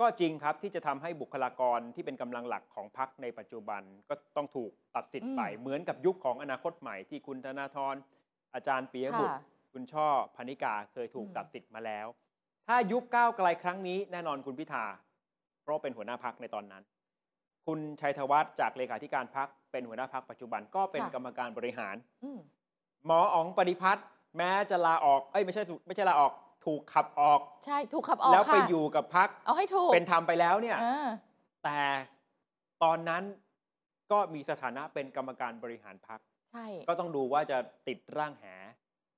B: ก็จริงครับที่จะทำให้บุคลากรที่เป็นกำลังหลักของพักในปัจจุบันก็ต้องถูกตัดสิทธิ์ไป
C: อืม
B: เหมือนกับยุคของอนาคตใหม่ที่คุณธนาธรอาจารย์ปียบุตร
C: ค่ะ
B: คุณช่อพนิกาเคยถูก
C: อืม
B: ตัดสิทธิ์มาแล้ว ถ้ายุบก้าวไกลครั้งนี้แน่นอนคุณพิธา เพราะเป็นหัวหน้าพักในตอนนั้น คุณชัยธวัฒน์จากเลขาธิการพักเป็นหัวหน้าพักปัจจุบันก็เป็น
C: ค่ะ
B: กรรมการบริหาร
C: อืม
B: หมออ๋องปฏิพัฒน์แม้จะลาออกเอ้ยไม่ใช่ถูกไม่ใช่ลาออกถูกขับออก
C: ใช่ถูกขับออก
B: แล้วไป
C: ค่ะ
B: อยู่กับพัก
C: เอาให้ถูก
B: เป็นธรรมไปแล้วเนี่ย
C: อ่า
B: แต่ตอนนั้นก็มีสถานะเป็นกรรมการบริหารพัก
C: ใช่
B: ก็ต้องดูว่าจะติดร่างแห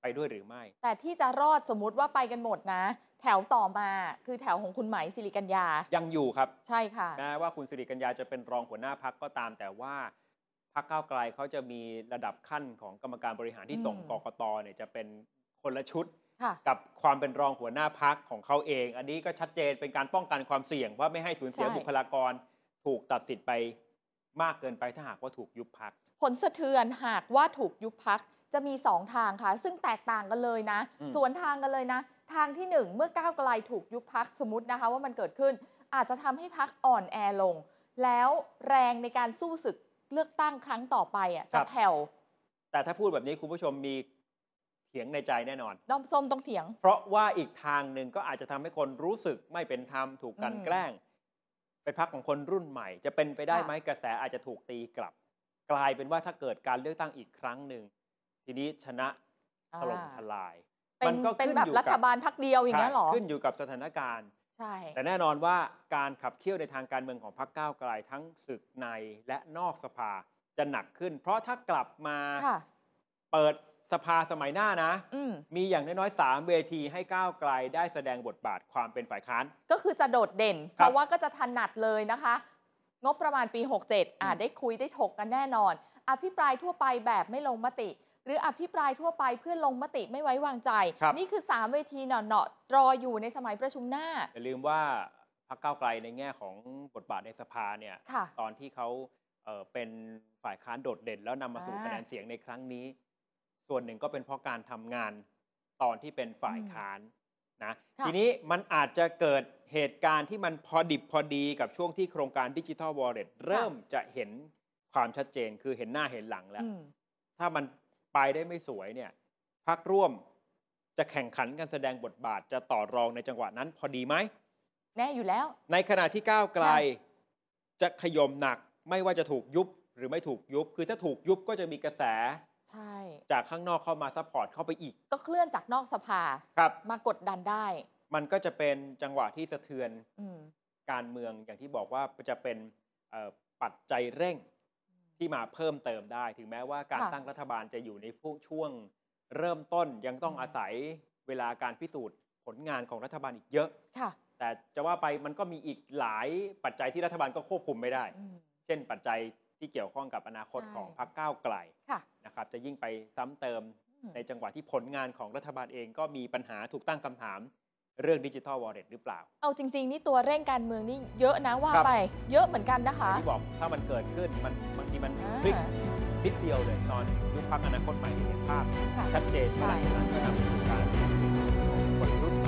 B: ไปด้วยหรือไม่
C: แต่ที่จะรอดสมมุติว่าไปกันหมดนะ แถวต่อมาคือแถวของคุณไหมสิริกัญญา
B: ยังอยู่ครับ
C: ใช่ค่ะ
B: แม้ว่าคุณสิริกัญญาจะเป็นรองหัวหน้าพักก็ตามแต่ว่าพักก้าวไกลเขาจะมีระดับขั้นของกรรมการบริหารที่ส่ง
C: อืม
B: กกตเนี่ยจะเป็นคนละชุด
C: ค่ะ
B: กับความเป็นรองหัวหน้าพักของเขาเอง อันนี้ก็ชัดเจนเป็นการป้องกันความเสี่ยง ว่าไม่ให้สูญเสีย
C: ใช่
B: บุคลากร ถูกตัดสิทธิ์ไปมากเกินไปถ้าหากว่าถูกยุบพัก
C: ผลสะเทือนหากว่าถูกยุบพักจะมี 2 ทางค่ะ ซึ่งแตกต่างกันเลยนะ
B: อืม
C: สวนทางกันเลยนะ ทางที่ 1 เมื่อก้าวไกลถูกยุบพักสมมตินะคะว่ามันเกิดขึ้น อาจจะทำให้พักอ่อนแอลง แล้วแรงในการสู้ศึกเลือกตั้งครั้งต่อไปอ่ะ
B: ครั
C: จะ
B: บ
C: แผ่ว
B: แต่ถ้าพูดแบบนี้คุณผู้ชมมีเถียงในใจแน่นอน
C: ด้อมส้มต้องเถียง
B: เพราะว่าอีกทางหนึ่งก็อาจจะทำให้คนรู้สึกไม่เป็นธรรมถูกกลัน
C: อืม
B: แกล้ง เป็นพักของคนรุ่นใหม่ จะเป็นไปได้
C: ค่ะ
B: ไหมกระแสอาจจะถูกตีกลับ กลายเป็นว่าถ้าเกิดการเลือกตั้งอีกครั้งหนึ่งทีนี้ชนะถล่มทลาย
C: เป็นเป็นแบบรัฐบาลพักเดียวอย่างเงี้ยเหรอ
B: ใช่ขึ้นอยู่กับสถานการณ์
C: ใช่
B: แต่แน่นอนว่าการขับเคี่ยวในทางการเมืองของพรรคก้าวไกลทั้งศึกในและนอกสภาจะหนักขึ้น เพราะถ้ากลับมา
C: ค่ะ
B: เปิด สภาสมัยหน้านะ
C: อืม
B: มีอย่างน้อยๆ 3 เวทีให้ก้าวไกลได้แสดงบทบาทความเป็นฝ่ายค้าน
C: ก็คือจะโดดเด่น เพราะว่าก็จะถนัดเลยนะคะ งบประมาณปี 67 อาจได้คุยได้ถกกันแน่นอน อภิปรายทั่วไปแบบไม่ลงมติ หรืออภิปรายทั่วไปเพื่อลงมติไม่ไว้วางใจ
B: ครับ
C: นี่คือ 3 เวทีเนาะๆรออยู่ในสมัยประชุมหน้า
B: อย่าลืมว่าพรรคก้าวไกลในแง่ของบทบาทในสภาเนี่ย
C: ค่ะ
B: ตอนที่เขาเอ่อเป็นฝ่ายค้านโดดเด่น แล้วนำมาสู่
C: อ่า
B: คะแนนเสียงในครั้งนี้ ส่วนหนึ่งก็เป็นเพราะการทำงานตอนที่เป็นฝ่ายค้านนะ
C: ค่ะ
B: ทีนี้มันอาจจะเกิดเหตุการณ์ที่มันพอดิบพอดีกับช่วงที่โครงการดิจิทัลวอลเล็ตเริ่มจะเห็นความชัดเจนคือเห็นหน้าเห็นหลังแล้ว
C: อืม
B: ถ้ามันไปได้ไม่สวยเนี่ยพักร่วมจะแข่งขันกันแสดงบทบาทจะต่อรองในจังหวะนั้นพอดีไหม
C: แน่อยู่แล้ว
B: ในขณะที่ก้าวไกล จะขยมหนักไม่ว่าจะถูกยุบหรือไม่ถูกยุบ คือถ้าถูกยุบก็จะมีกระแส
C: ใช่
B: จากข้างนอกเข้ามาซัพพอร์ตเข้าไปอีก
C: ก็เคลื่อนจากนอกสภา
B: ครับ
C: มากดดันได้
B: มันก็จะเป็นจังหวะที่สะเทือน
C: อืม
B: การเมืองอย่างที่บอกว่าจะเป็นเอ่อปัจจัยเร่งที่มาเพิ่มเติมได้ ถึงแม้ว่าการ
C: ค่ะ
B: ตั้งรัฐบาลจะอยู่ในพวกช่วงเริ่มต้นยังต้องอาศัยเวลาการพิสูจน์ผลงานของรัฐบาลอีกเยอะ
C: ค่ะ
B: แต่จะว่าไปมันก็มีอีกหลายปัจจัยที่รัฐบาลก็ควบคุมไม่ได้
C: อืม
B: เช่นปัจจัยที่เกี่ยวข้องกับอนาคต
C: ใช่
B: ของพรรคก้าวไกล
C: ค่ะ
B: นะครับ จะยิ่งไปซ้ำเติม
C: อืม
B: ในจังหวะที่ผลงานของรัฐบาลเองก็มีปัญหาถูกตั้งคำถาม เรื่องดิจิทัลวอลเล็ตหรือเปล่า
C: เอาจริง ๆ นี่ตัวเร่งการเมืองนี่เยอะนะว่า
B: ครับ
C: ไป เยอะเหมือนกันนะคะ
B: ที่บอกถ้ามันเกิดขึ้นมันบางทีมัน
C: อ่า
B: พลิกนิดเดียวเลยตอนยุคพรรคอนาคตใหม่เห็นภาพ
C: ค่ะ
B: ชัดเจน
C: ใช่
B: หลังจากนั้นก็นำไปสู่การของคนรุ่นใหม่